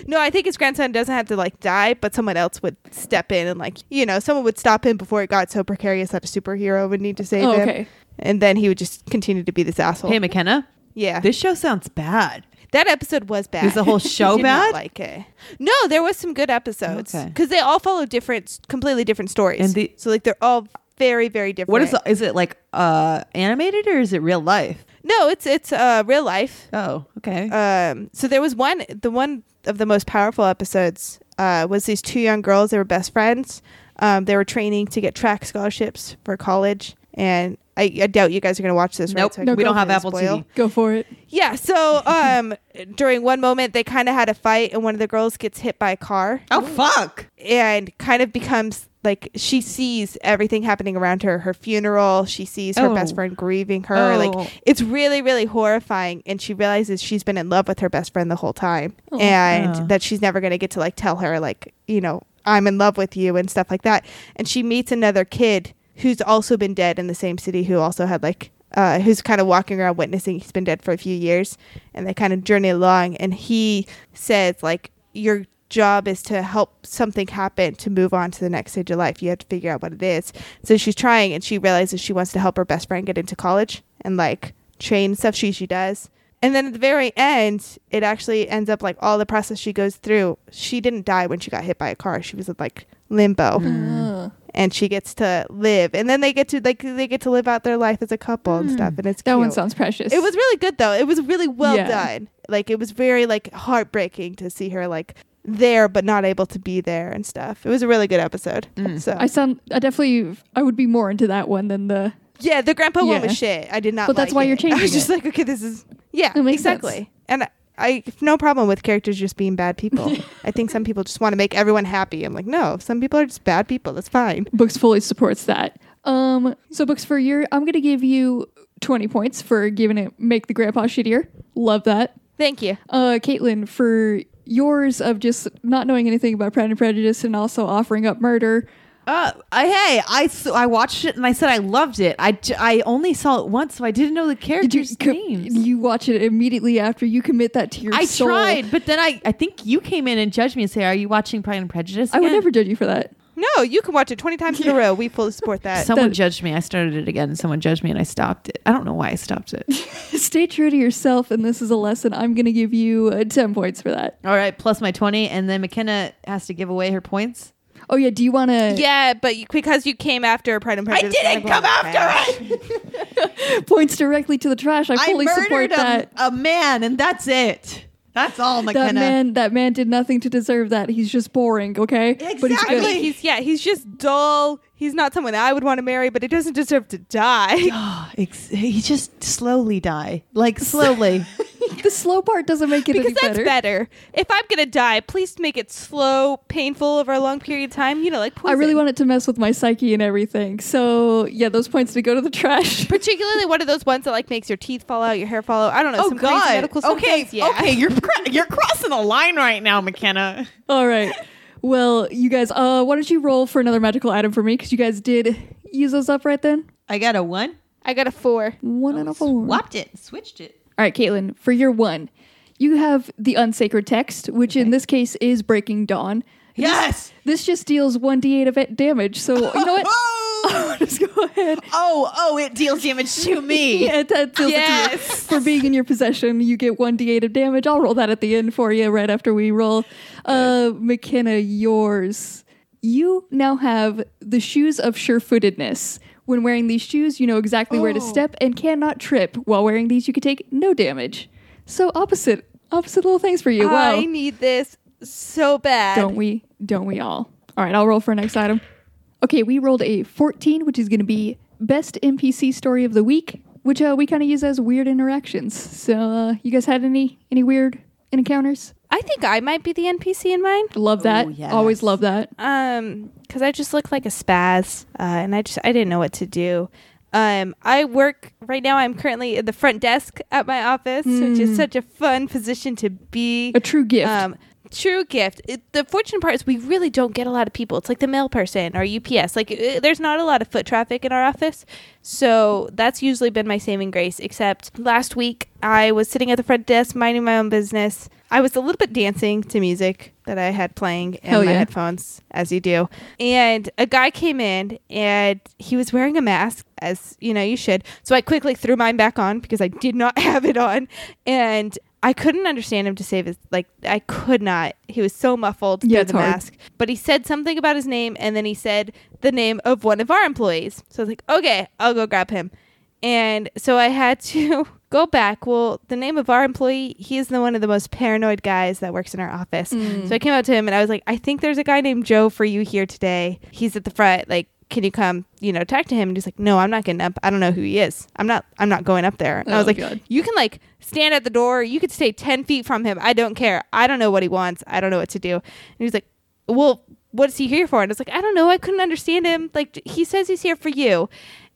No, I think his grandson doesn't have to like die, but someone else would step in and like you know someone would stop him before it got so precarious that a superhero would need to save Oh, him. okay. And then he would just continue to be this asshole. Hey, McKenna, yeah, this show sounds bad. that episode was bad. Is the whole show Did not bad? like it. No, there was some good episodes Okay. because they all follow different, completely different stories. And the- so like they're all very, very different. What is the, is it like uh animated or is it real life? No, it's it's uh, real life. Oh, okay. Um, so there was one, the one of the most powerful episodes uh, was these two young girls. They were best friends. Um, they were training to get track scholarships for college, and I, I doubt you guys are going to watch this. nope, right? So I No, we go don't have for it. Apple Spoil. TV. Go for it. Yeah. So um, during one moment, they kind of had a fight, and one of the girls gets hit by a car. Oh fuck! and kind of becomes like she sees everything happening around her her funeral she sees her Oh. best friend grieving her Oh. like it's really really horrifying and she realizes she's been in love with her best friend the whole time Oh. and Yeah. that she's never going to get to like tell her like you know i'm in love with you and stuff like that and she meets another kid who's also been dead in the same city who also had like uh, who's kind of walking around witnessing he's been dead for a few years and they kind of journey along and he says like your job is to help something happen to move on to the next stage of life you have to figure out what it is so she's trying and she realizes she wants to help her best friend get into college and like train and stuff she she does and then at the very end it actually ends up like all the process she goes through she didn't die when she got hit by a car she was in like limbo Uh, and she gets to live and then they get to like they get to live out their life as a couple and stuff and it's that cute. one sounds precious. It was really good though. It was really well Yeah. done. Like it was very like heartbreaking to see her like there but not able to be there and stuff. It was a really good episode. So Mm. I sound. I definitely. I would be more into that one than the. yeah, the grandpa one Yeah. was shit. I did not. But that's like why it. you're changing I was just it. like, okay, this is yeah, It makes sense. exactly. And I, I have no problem with characters just being bad people. I think some people just want to make everyone happy. I'm like, no, some people are just bad people. That's fine. Books fully supports that. Um. So books for your. I'm gonna give you twenty points for giving it. Make the grandpa shittier. Love that. Thank you. Uh, Caitlin, for yours of just not knowing anything about Pride and Prejudice and also offering up murder. Uh, I, hey, I s- I watched it and I said I loved it. I, j- I only saw it once, so I didn't know the characters' you, co- names. you watch it immediately after you commit that to your I soul. tried, but then I, I think you came in and judged me and say, "Are you watching Pride and Prejudice?" I would again?" never judge you for that. No, you can watch it 20 times in a row. We fully support that. Someone that- judged me. I started it again. and Someone judged me, and I stopped it. I don't know why I stopped it. Stay true to yourself, and this is a lesson. I'm going to give you uh, 10 points for that. All right, plus my twenty, and then McKenna has to give away her points. Oh, yeah. Do you want to yeah, but you, because you came after Pride and Prejudice, I'm gonna go on trash. it. points directly to the trash? I I fully support murdered a, that. a man, and that's it. That's all, McKenna. That man, that man did nothing to deserve that. He's just boring, okay? But he's Exactly. good. I mean, he's yeah, he's just dull. He's not someone I would want to marry, but he doesn't deserve to die. Ex- he just slowly die, like slowly. the slow part doesn't make it Because any that's better. better. If I'm gonna die, please make it slow, painful over a long period of time. You know, like I really poison. wanted to mess with my psyche and everything. So yeah, those points to go to the trash. particularly one of those ones that like makes your teeth fall out, your hair fall out. I don't know. Oh some crazy God! medical Okay, symptoms. Yeah. okay, you're cr- you're crossing the line right now, McKenna. All right. Well, you guys, uh, why don't you roll for another magical item for me? Because you guys did use those up right then. I got a one. I got a four. One and a four. Swapped it, switched it. All right, Caitlin, for your one, you have the unsacred text, which in this case is Breaking Dawn. This- Yes! This, just deals 1d8 of it- damage. So, you know what? Oh, Just go ahead. oh, oh! It deals damage to me. Yeah, that deals it to you. Yes. For being in your possession, you get 1d8 of damage. I'll roll that at the end for you right after we roll. Uh, McKenna, yours. You now have the shoes of sure footedness. When wearing these shoes, you know exactly where to step and cannot trip. While wearing these, you can take no damage. So, opposite, opposite little things for you. wow. I need this so bad. Don't we? Don't we all? All right, I'll roll for our next item. Okay, we rolled a 14, which is going to be best NPC story of the week, which uh, we kind of use as weird interactions. So, uh, you guys had any any weird encounters? I think I might be the NPC in mine. Love that. Ooh, yes. Always love that. um because i just looked like a spaz uh, and i just i didn't know what to do um i work right now i'm currently at the front desk at my office which is such a fun position to be Hmm. A true gift. um true gift it, the fortunate part is we really don't get a lot of people it's like the mail person or ups like uh, there's not a lot of foot traffic in our office so that's usually been my saving grace except last week i was sitting at the front desk minding my own business I was a little bit dancing to music that I had playing in Hell my yeah. headphones, as you do. And a guy came in and he was wearing a mask, as you know, you should. So I quickly threw mine back on because I did not have it on. And I couldn't understand him to save his, like, I could not. He was so muffled Yeah, through it's the hard. mask. But he said something about his name and then he said the name of one of our employees. So I was like, okay, I'll go grab him. And so I had to go back. Well, the name of our employee, he is the one of the most paranoid guys that works in our office. Mm. So I came out to him and I was like, I think there's a guy named Joe for you here today. He's at the front. Like, can you come, you know, talk to him? And he's like, No, I'm not getting up. I don't know who he is. I'm not I'm not going up there. And I Oh, was like, God. You can like stand at the door, you could stay ten feet from him. I don't care. I don't know what he wants. I don't know what to do. And he's like, Well, what's he here for? And I was like, I don't know. I couldn't understand him. Like he says he's here for you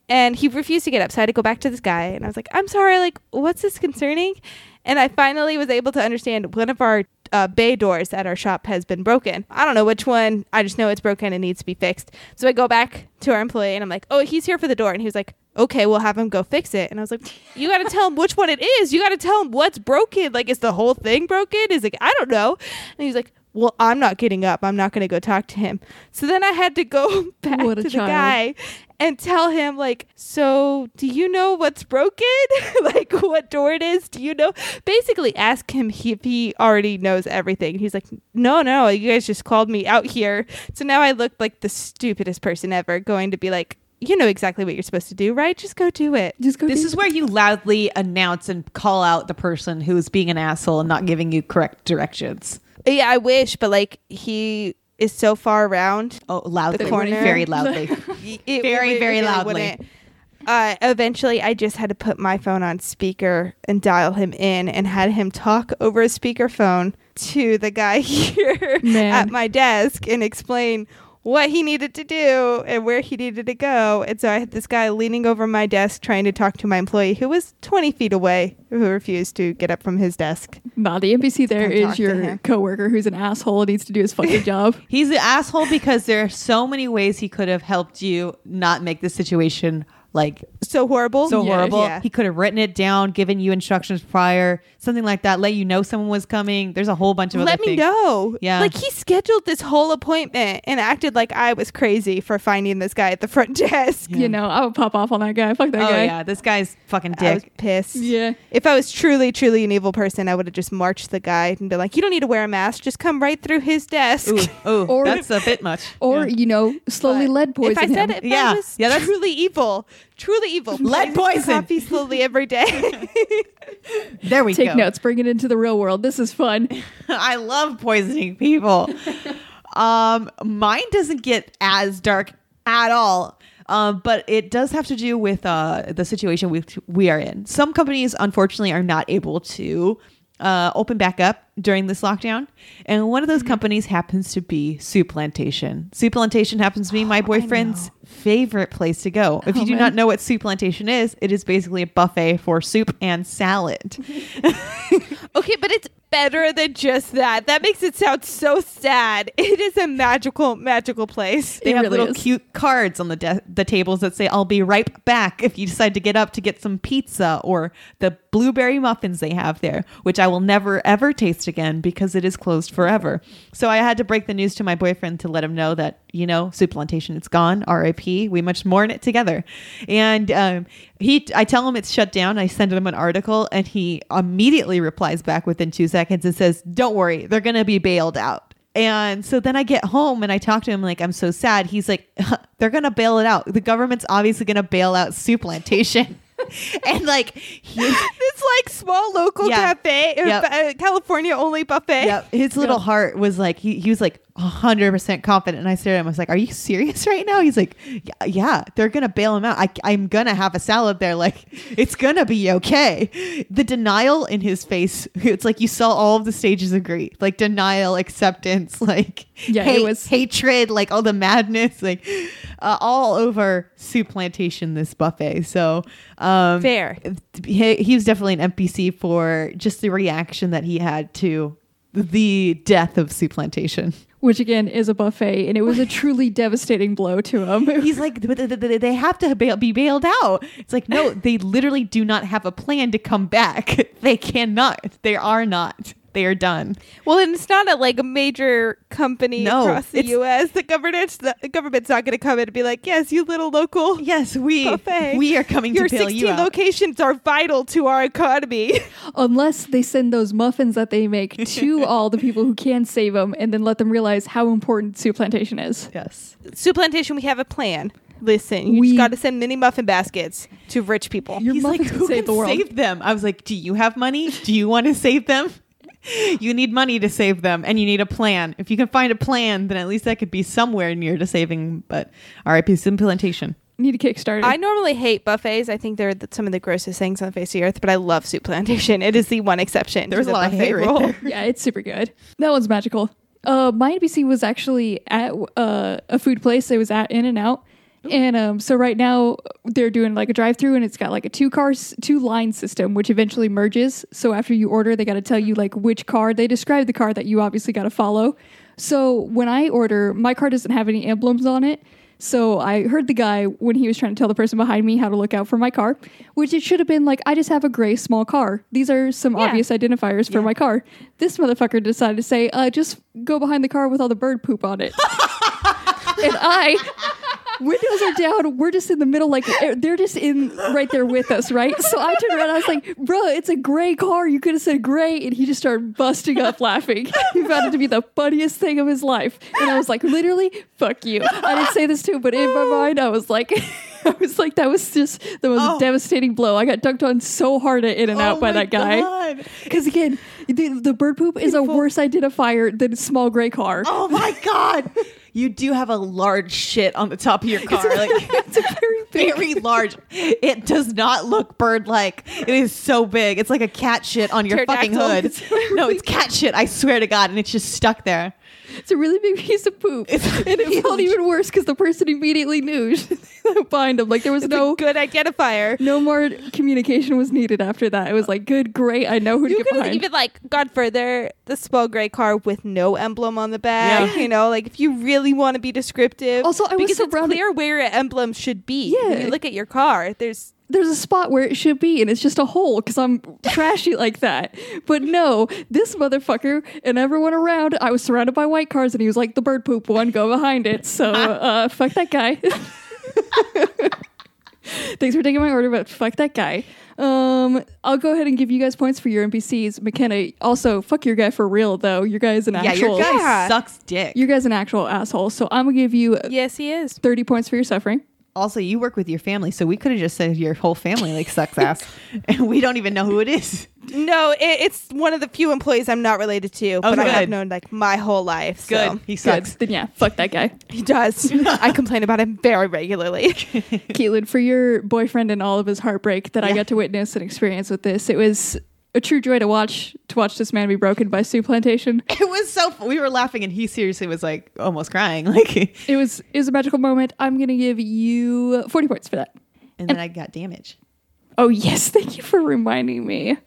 and he refused to get up. So I had to go back to this guy, and I was like, "I'm sorry, like, what's this concerning?" And I finally was able to understand one of our uh, bay doors at our shop has been broken. I don't know which one. I just know it's broken and needs to be fixed. So I go back to our employee, and I'm like, "Oh, he's here for the door," and he was like. Okay, we'll have him go fix it. And I was like, You got to tell him which one it is. You got to tell him what's broken. Like, is the whole thing broken? Is like, I don't know. And he's like, Well, I'm not getting up. I'm not going to go talk to him. So then I had to go back What to a the child. guy guy and tell him like so do you know what's broken like what door it is do you know basically ask him he- if he already knows everything he's like no no you guys just called me out here so now i look like the stupidest person ever going to be like you know exactly what you're supposed to do right just go do it Just go. This do- is where you loudly announce and call out the person who is being an asshole and not giving you correct directions. yeah i wish but like he is so far around Oh, loudly, The corner. very loudly. it Very, really- very really loudly. wouldn't. Uh, eventually, I just had to put my phone on speaker and dial him in, and had him talk over a speakerphone to the guy here Man. at my desk and explain what he needed to do and where he needed to go. And so I had this guy leaning over my desk trying to talk to my employee who was 20 feet away, who refused to get up from his desk. nah, the NPC there Don't talk is to your him. coworker who's an asshole and needs to do his fucking job. He's an asshole because there are so many ways he could have helped you not make the situation like So horrible. so Yes. horrible. Oh, Yeah. He could have written it down, given you instructions prior, something like that, let you know someone was coming. There's a whole bunch of let other me things. know. Yeah. Like he scheduled this whole appointment and acted like I was crazy for finding this guy at the front desk. You know, I would pop off on that guy. Fuck that Oh guy. yeah, this guy's fucking I was dick. pissed. Yeah. If I was truly, truly an evil person, I would have just marched the guy and been like, "You don't need to wear a mask. Just come right through his desk." Ooh, ooh, Or- that's a bit much. Or you know, slowly But lead poison If I said him. it, yeah, Yeah. I was Yeah, that's- truly evil. Truly evil. Lead Poison poison. Coffee slowly every day. There we Take go. notes. Bring it into the real world. This is fun. I love poisoning people. um, mine doesn't get as dark at all. Um, but it does have to do with uh, the situation we, we are in. Some companies, unfortunately, are not able to uh, open back up during this lockdown. And one of those companies happens to be Soup Plantation. Soup Plantation happens to be my boyfriend's favorite place to go. If you do not know what Soup Plantation is, it is basically a buffet for soup and salad. okay, but it's better than just that. That makes it sound so sad. It is a magical, magical place. They It have really little is. cute cards on the de- the tables that say "I'll be right back" if you decide to get up to get some pizza or the blueberry muffins they have there, which I will never ever taste again because it is closed forever. So I had to break the news to my boyfriend to let him know that you know soup plantation it's gone, R.I.P. We must mourn it together. And um, he, I tell him it's shut down. I send him an article, and he immediately replies back within two seconds and says, "Don't worry, they're going to be bailed out." And so then I get home and I talk to him like I'm so sad. He's like, they're gonna bail it out. The government's obviously gonna bail out Soup Plantation. and like he, this like small local Yeah. cafe, or Yep. uh, California only buffet. yep, his little heart was like he, he was like hundred percent confident. And I stared at him, I was like, Are you serious right now? He's like, Yeah, yeah they're gonna bail him out. I, I'm gonna have a salad there, like it's gonna be okay. The denial in his face, it's like you saw all of the stages of grief, like denial, acceptance, like Yeah, it hate- was- hatred, like all the madness, like uh, all over soup plantation this buffet. So um, Fair. He, he was definitely an NPC for just the reaction that he had to the death of soup plantation. Which again is a buffet, and it was a truly devastating blow to him. He's like, "But th- th- they have to bail- be bailed out. It's like, no, they literally do not have a plan to come back. They cannot. They are not. They are done. Well, and it's not a like a major company No, across the it's- U.S. The government's the government's not going to come in and be like, "Yes, you little local Yes, we Buffet. we are coming Your to bail 16 you out. locations are vital to our economy. Unless they send those muffins that they make to all the people who can save them and then let them realize how important Sioux Plantation is. yes. Soup plantation, we have a plan. Listen, you We- just got to send mini muffin baskets to rich people. Your He's like, muffins can who can save the world. save them? I was like, do you have money? Do you want to save them? You need money to save them, and you need a plan. If you can find a plan, then at least that could be somewhere near to saving. But RIP implantation. Need a Kickstarter. I normally hate buffets. I think they're the, some of the grossest things on the face of the earth, but I love soup plantation. It is the one exception. to There's a the lot of buffet hate right rule. there. yeah, it's super good. That one's magical. Uh, my NBC was actually at uh, a food place. It was at In and Out, and um, so right now they're doing like a drive-through, and it's got like a two-car, s- two-line system, which eventually merges. So after you order, they got to tell you like which car. They describe the car that you obviously got to follow. So when I order, my car doesn't have any emblems on it. So I heard the guy when he was trying to tell the person behind me how to look out for my car, which it should have been like, I just have a gray small car. These are some obvious identifiers for my car. This motherfucker decided to say, uh, just go behind the car with all the bird poop on it. and I, windows are down. We're just in the middle, like eh, they're just in right there with us, right? So I turned around. I was like, "Bruh, it's a gray car. You could have said gray." And he just started busting up laughing. He found it to be the funniest thing of his life. And I was like, literally, fuck you. I didn't say this too, but in my mind, I was like. I was like, that was just the most Oh. devastating blow. I got dunked on so hard at In and Out Oh by my that guy. God. Because again, the, the bird poop is a worse identifier than small gray car. Oh my god! You do have a large shit on the top of your car, like It's a very big very large. It does not look bird-like. It is so big. It's like a cat shit on your fucking hood. Pterodactyl. No, it's cat shit. I swear to God, and it's just stuck there. It's a really big piece of poop. It's and it felt huge. even worse because the person immediately knew behind him. Like there was It's no a good identifier. no more communication was needed after that. It was like, good, great, I know who to You get could behind. have even like gone further. The small gray car with no emblem on the back. Yeah. You know, like if you really want to be descriptive. Also, I was because it's surrounded- clear where an emblem should be. When Yeah. you look at your car, there's There's a spot where it should be, and it's just a hole because I'm trashy like that. But no, this motherfucker and everyone around, I was surrounded by white cars, and he was like, the bird poop one, go behind it. So uh, fuck that guy. Thanks for taking my order, but fuck that guy. Um, I'll go ahead and give you guys points for your NPCs. McKenna, also fuck your guy for real though. Your guy is an Yeah, actual. your guy Yeah. sucks dick. your guy's an actual asshole. So I'm gonna give you yes, he is. thirty points for your suffering. also, you work with your family, so we could have just said your whole family like sucks ass, and we don't even know who it is. No, it, it's one of the few employees I'm not related to, but I good. have known like my whole life. So. he Good. sucks. Then yeah, fuck that guy. He does. I complain about him very regularly. Caitlin, for your boyfriend and all of his heartbreak that I Yeah. got to witness and experience with this, it was a true joy to watch to watch this man be broken by Sue Plantation. It was so. Fun. We were laughing, and he seriously was like almost crying. Like, It was it was a magical moment. I'm gonna give you forty points for that. and then I got damage. Oh yes, thank you for reminding me.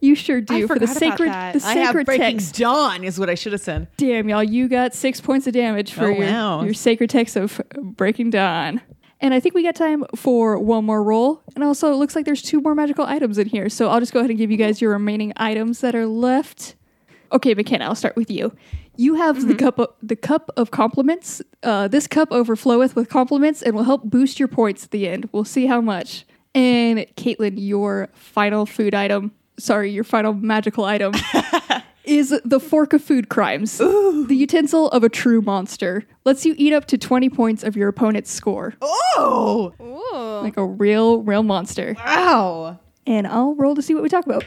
You sure do for the forgot about sacred that. the I have sacred breaking text. dawn is what I should have said. Damn y'all, you got six points of damage for Oh, your, wow. your sacred text of breaking dawn. And I think we got time for one more roll. And also, it looks like there's two more magical items in here. So I'll just go ahead and give you guys your remaining items that are left. Okay, McKenna, I'll start with you. You have Mm-hmm. the cup of, the cup of compliments. Uh, this cup overfloweth with compliments and will help boost your points at the end. We'll see how much. And Caitlin, your final food item, sorry, your final magical item is the fork of food crimes, the utensil of a true monster. Lets you eat up to 20 points of your opponent's score, Oh Ooh. like a real, real monster. wow! And I'll roll to see what we talk about.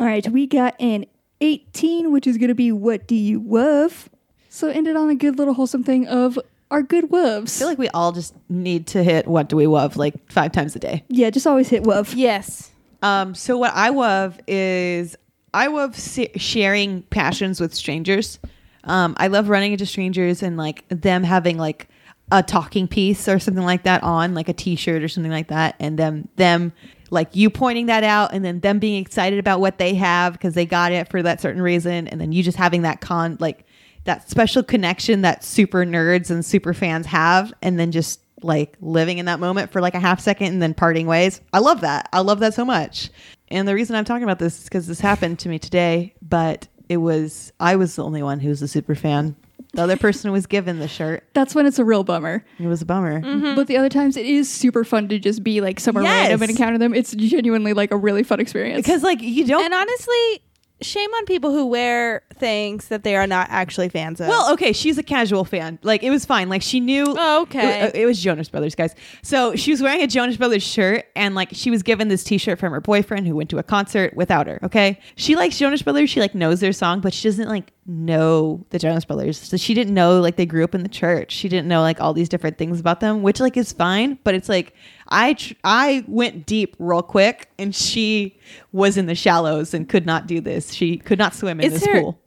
All right, we got an 18, which is going to be what do you love? So ended on a good little wholesome thing of our good I woves. feel like we all just need to hit what do we love like five times a day. yeah, just always hit wove. Yes. Um, so what I love is I love se- sharing passions with strangers. Um, I love running into strangers and like them having like a talking piece or something like that on like a t-shirt or something like that and them them like you pointing that out and then them being excited about what they have because they got it for that certain reason and then you just having that con like that special connection that super nerds and super fans have and then just like living in that moment for like a half second and then parting ways. I love that. I love that so much. And the reason I'm talking about this is because this happened to me today, but it was I was the only one who was a super fan. The other person was given the shirt. That's when it's a real bummer. It was a bummer. But the other times it is super fun to just be like somewhere Mm-hmm. Yes. random and encounter them. It's genuinely like a really fun experience. Because like you don't And honestly, shame on people who wear things that they are not actually fans of. Well, okay, she's a casual fan. Like it was fine. Like she knew. Oh, okay. It, it was Jonas Brothers, guys. So she was wearing a Jonas Brothers shirt, and like she was given this T-shirt from her boyfriend who went to a concert without her. Okay, she likes Jonas Brothers. She like knows their song, but she doesn't like know the Jonas Brothers. So she didn't know like they grew up in the church. She didn't know like all these different things about them, which like is fine. But it's like I tr- I went deep real quick, and she was in the shallows and could not do this. She could not swim in Is this her- pool.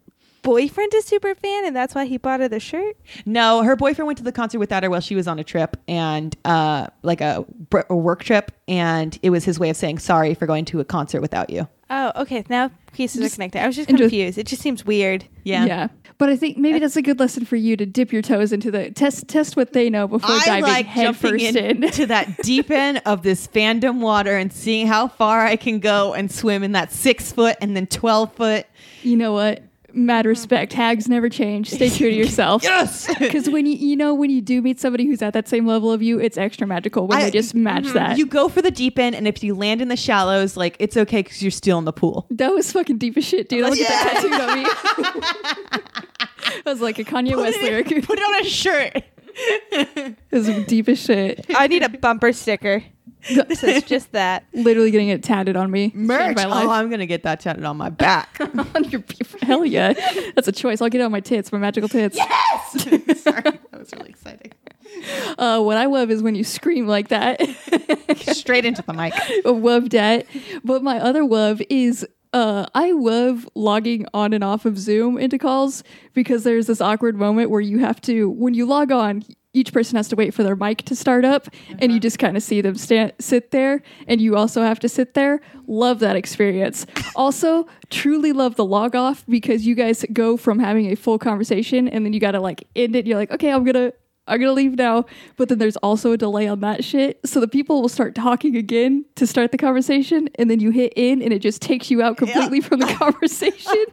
boyfriend is super fan, and that's why he bought her the shirt. No, her boyfriend went to the concert without her while she was on a trip and uh, like a, br- a work trip, and it was his way of saying sorry for going to a concert without you. Oh, okay. Now pieces are connected. I was just and just- confused. it just seems weird. Yeah, yeah. But I think maybe that's a good lesson for you to dip your toes into the test test what they know before I diving like jumping headfirst in. into that deep end of this fandom water and seeing how far I can go and swim in that six foot and then twelve foot. you know what? Mad respect. Hags never change. Stay true to yourself. Yes. Because when you you know when you do meet somebody who's at that same level of you, it's extra magical when I- Mm-hmm. they just match that. You go for the deep end, and if you land in the shallows, like it's okay because you're still in the pool. that was fucking deep as shit, dude. I Look at that Yeah. tattooed on me. that was like a Kanye West lyric. It Put it on a shirt. was deep as shit. I need a bumper sticker. This is just that. Literally getting it tatted on me. Merch. Changed My Oh, life. I'm gonna get that tatted on my back. on your beef. Hell yeah. That's a choice. I'll get it on my tits, my magical tits. Yes. Sorry, that was really exciting. Uh, what I love is when you scream like that. Straight into the mic. love that. But my other love is uh, I love logging on and off of Zoom into calls because there's this awkward moment where you have to, when you log on, each person has to wait for their mic to start up, and you just kind of see them stand, sit there, and you also have to sit there. Love that experience. also, truly love the log off because you guys go from having a full conversation and then you got to like end it. You're like, okay, I'm gonna I'm gonna leave now. But then there's also a delay on that shit. So the people will start talking again to start the conversation, and then you hit in and it just takes you out completely from the conversation.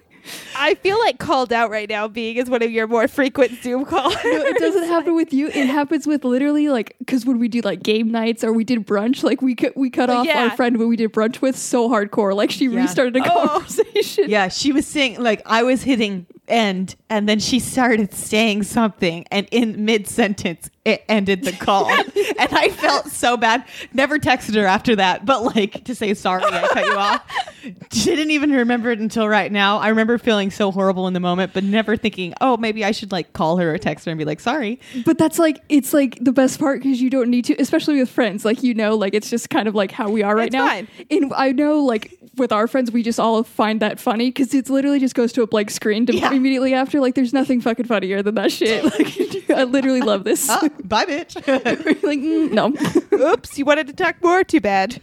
I feel like called out right now, being as one of your more frequent Zoom calls. No, it doesn't happen with you. It happens with literally like because when we do like game nights or we did brunch, like we cut we cut off yeah. our friend when we did brunch with so hardcore. Like she Yeah. restarted a Oh. conversation. Yeah, she was saying like I was hitting end, and then she started saying something, and in mid sentence it ended the call, and I felt so bad. Never texted her after that, but like to say sorry, I cut you off. Didn't even remember it until right now. I remember feeling so horrible in the moment, but never thinking, oh, maybe I should like call her or text her and be like sorry. But that's like it's like the best part because you don't need to, especially with friends. Like you know, like it's just kind of like how we are right It's now. fine. And I know, like with our friends, we just all find that funny because it literally just goes to a blank screen to Yeah. immediately after. Like there's nothing fucking funnier than that shit. Like I literally love this. Oh. Ah, bye, bitch. like mm, no, Oops, you wanted to talk more? Too bad.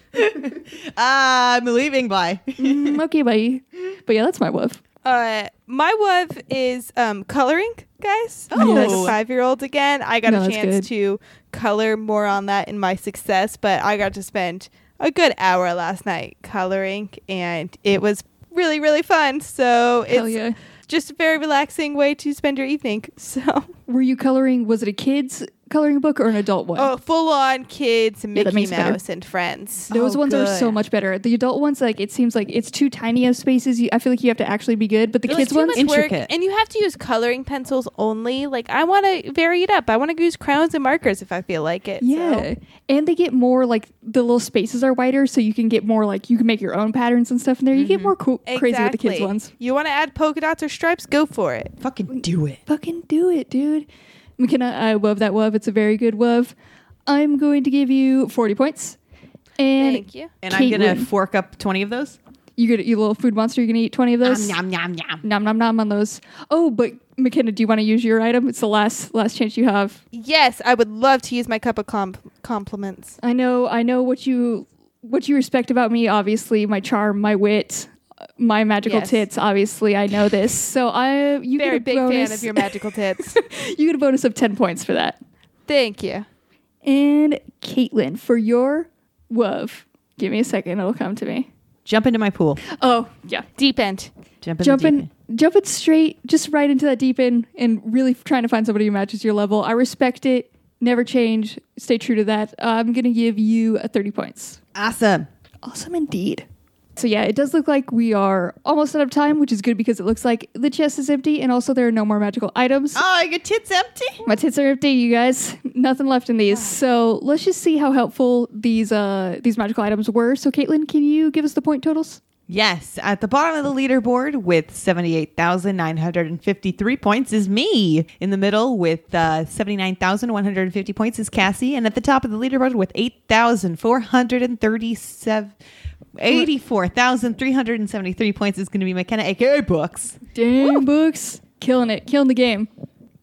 I'm leaving. Bye. Mm, okay, bye. But yeah, that's my love. Uh, my love is um, coloring, guys. I'm Oh. like a five year old again. I got No, a that's chance good. to color more on that in my success, but I got to spend a good hour last night coloring, and it was really, really fun. So Hell it's yeah. just a very relaxing way to spend your evening. So, Were you coloring? Was it a kids coloring book or an adult one? oh, full on kids, that Mickey makes better. Mouse, and friends. Those Oh, ones are so good. much better. The adult ones, like it seems like it's too tiny of spaces. You, I feel like you have to actually be good. But the It was kids too ones, much work, Intricate. and you have to use coloring pencils only. Like I want to vary it up. I want to use crayons and markers if I feel like it. Yeah. so. And they get more like the little spaces are wider, so you can get more like you can make your own patterns and stuff in there. You get more cool, crazy with the kids Mm-hmm. Exactly. ones. You want to add polka dots or stripes? Go for it. Fucking do it. Fucking do it, dude. McKenna, I love that love. It's a very good love. I'm going to give you 40 points. And Thank you. And Kate I'm gonna Wood. fork up twenty of those. you get you little food monster. You're gonna eat 20 of those. Nom, nom, nom. nom nom nom on those. Oh, but McKenna, do you want to use your item? It's the last last chance you have. Yes, I would love to use my cup of comp- compliments. I know, I know what you what you respect about me. Obviously, my charm, my wit, my magical Yes. tits. Obviously, I know this. So I you get Very a big bonus. fan of your magical tits. you get a bonus of ten points for that. Thank you. And Caitlin, for your love, give me a second. It'll come to me. Jump into my pool. Oh, yeah. Deep end. Jump in. the deep Jumping, jumping straight, just right into that deep end and really trying to find somebody who matches your level. I respect it. Never change. Stay true to that. I'm going to give you a 30 points. end. Awesome. Awesome indeed. So, yeah, it does look like we are almost out of time, which is good because it looks like the chest is empty and also there are no more magical items. Oh, your tits empty. My tits are empty, you guys. Nothing left in these. So let's just see how helpful these uh these magical items were. So Caitlin, can you give us the point totals? Yes, at the bottom of the leaderboard with 78,953 points is me. In the middle with uh, 79,150 points is Cassie. And at the top of the leaderboard with 8,437. 84,373 points is going to be McKenna, aka Books. Dang books. Killing it, killing the game.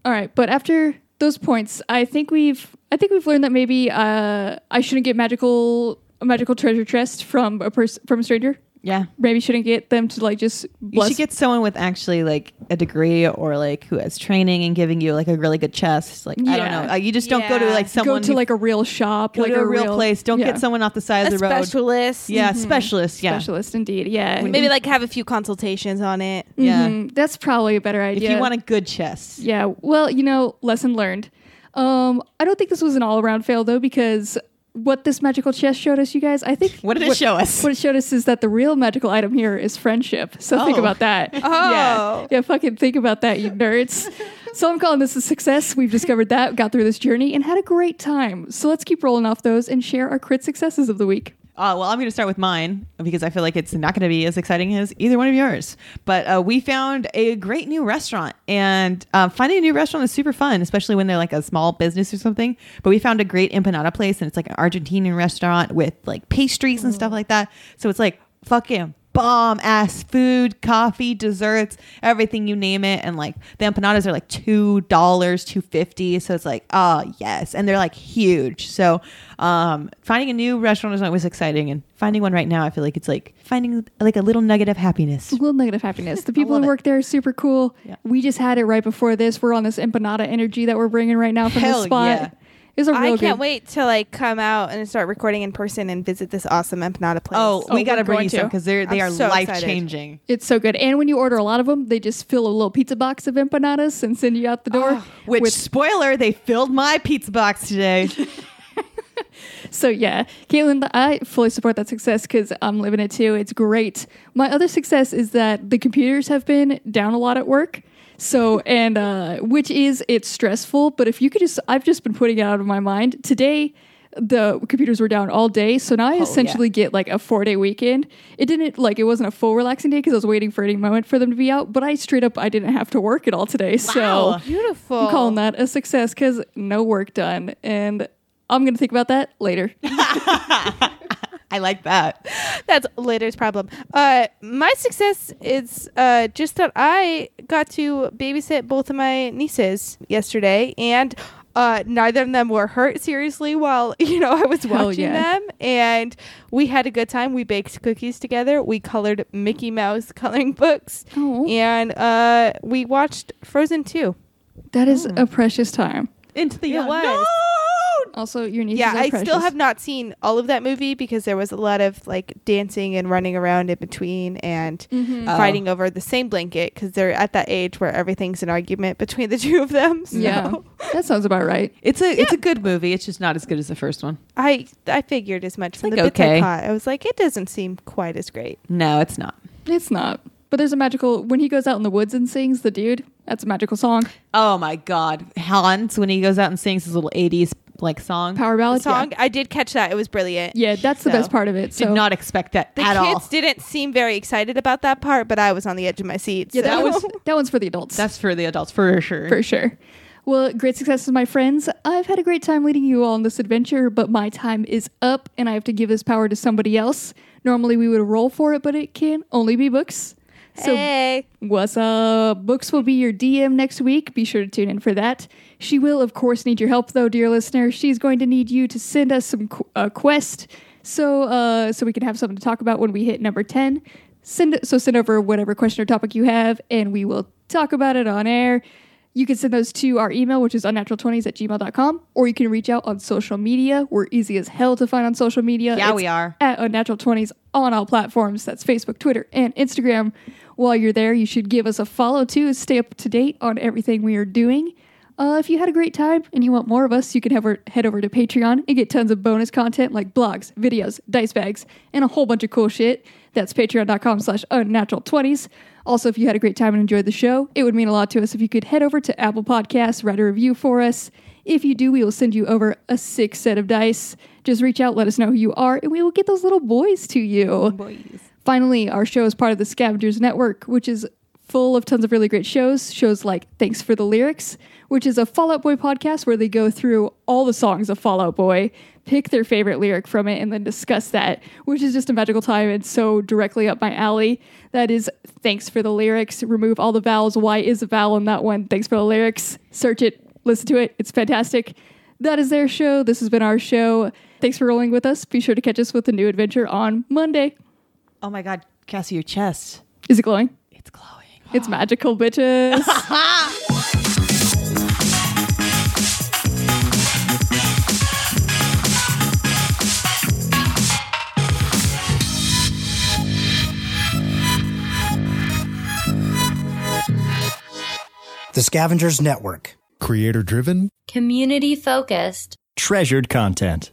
All right, but after those points, I think we've I think we've learned that maybe uh I shouldn't get magical a magical treasure chest from a person from a stranger. Yeah. Maybe shouldn't get them to like just You bless should get someone with actually like a degree or like who has training and giving you like a really good chest. Like, I don't Yeah. know. Uh, You just don't go to Yeah. like someone go to who- like a real shop, go like to a real place. Don't yeah. get someone off the side A of the road. specialist. Yeah, specialist. Yeah. specialist indeed. Yeah. Maybe like have a few consultations on it. Yeah. Mhm. That's probably a better If idea. you want a good chest. Yeah. Well, you know, lesson learned. Um, I don't think this was an all around fail though, because what this magical chest showed us, you guys, I think What did it show us? What it showed us is that the real magical item here is friendship. So think Oh. about that. Yeah. Oh. Yeah, fucking think about that, you nerds. so I'm calling this a success. We've discovered that, got through this journey, and had a great time. So let's keep rolling off those and share our crit successes of the week. Uh, well, I'm going to start with mine because I feel like it's not going to be as exciting as either one of yours. But uh, we found a great new restaurant, and uh, finding a new restaurant is super fun, especially when they're like a small business or something. But we found a great empanada place, and it's like an Argentinian restaurant with like pastries and stuff like that. So it's like fucking bomb ass food, coffee, desserts, everything you name it. And like the empanadas are like two dollars, two fifty. So it's like, oh yes. And they're like huge. So um finding a new restaurant is always exciting and finding one right now I feel like it's like finding like a little nugget of happiness. A little nugget of happiness. The people love who it. work there are super cool. Yeah. We just had it right before this. We're on this empanada energy that we're bringing right now from Hell this spot. yeah. It's a real I can't good- wait to like come out and start recording in person and visit this awesome empanada place. Oh, Oh, we gotta we're bring going you some to. because they're they I'm are so excited. life changing. It's so good. And when you order a lot of them, they just fill a little pizza box of empanadas and send you out the door. Ah, Which with- spoiler, they filled my pizza box today. so yeah, Caitlin, I fully support that success because I'm living it too. It's great. My other success is that the computers have been down a lot at work. So and uh, which is it's stressful, but if you could just, I've just been putting it out of my mind today. The computers were down all day, so now I essentially get like a four day weekend. It didn't like it wasn't a full relaxing day because I was waiting for any moment for them to be out. But I straight up I didn't have to work at all today. So Wow. beautiful. I'm calling that a success because no work done. And I'm going to think about that later. I like that. That's later's problem. Uh, my success is uh, just that I got to babysit both of my nieces yesterday, and uh, neither of them were hurt seriously while you know I was Hell watching yeah. them, and we had a good time. We baked cookies together. We colored Mickey Mouse coloring books, Aw. and uh, we watched Frozen Two. That is Oh. a precious time. Into the It unknown. was. Also, your nieces Yeah, are I precious. still have not seen all of that movie because there was a lot of like dancing and running around in between and Mm-hmm. Oh. fighting over the same blanket because they're at that age where everything's an argument between the two of them. So Yeah, that sounds about right. It's a it's a good movie. It's just not as good as the first one. I I figured as much from like, the bits okay. I caught. I was like, it doesn't seem quite as great. No, it's not. It's not. But there's a magical, when he goes out in the woods and sings, the dude, that's a magical song. Oh my God, Hans when he goes out and sings his little '80s like song. Power ballad. The song Oh, Yeah, I did catch that; it was brilliant. Yeah, that's the So, best part of it. Did So not expect that The at kids all. didn't seem very excited about that part, but I was on the edge of my seat. yeah, that, so- was, that one's for the adults. That's for the adults for sure. for sure. Well, great successes, my friends. I've had a great time leading you all on this adventure, but my time is up and I have to give this power to somebody else. Normally we would roll for it, but it can only be books. So hey, What's up? Books will be your DM next week. Be sure to tune in for that. She will, of course, need your help, though, dear listener. She's going to need you to send us some qu- uh, quest, so uh, so we can have something to talk about when we hit number ten. Send so send over whatever question or topic you have, and we will talk about it on air. You can send those to our email, which is unnatural20s at gmail.com, or you can reach out on social media. We're easy as hell to find on social media. Yeah, It's we are. At unnatural20s on all platforms. That's Facebook, Twitter, and Instagram. While you're there, you should give us a follow too. Stay up to date on everything we are doing. Uh, if you had a great time and you want more of us, you can have our, head over to Patreon and get tons of bonus content like blogs, videos, dice bags, and a whole bunch of cool shit. That's patreon.com slash unnatural20s. Also, if you had a great time and enjoyed the show, it would mean a lot to us if you could head over to Apple Podcasts, write a review for us. If you do, we will send you over a sick set of dice. Just reach out, let us know who you are, and we will get those little boys to you. Boys. Finally, our show is part of the Scavengers Network, which is full of tons of really great shows. Shows like Thanks for the Lyrics, which is a Fall Out Boy podcast where they go through all the songs of Fall Out Boy, pick their favorite lyric from it, and then discuss that, which is just a magical time and so directly up my alley. That is Thanks for the Lyrics. Remove all the vowels. Why is a vowel in that one? Thanks for the Lyrics. Search it, listen to it. It's fantastic. That is their show. This has been our show. Thanks for rolling with us. Be sure to catch us with a new adventure on Monday. Oh my God, Cassie, your chest. Is it glowing? It's glowing. It's magical, bitches. The Scavengers Network. Creator driven? Community focused. Treasured content.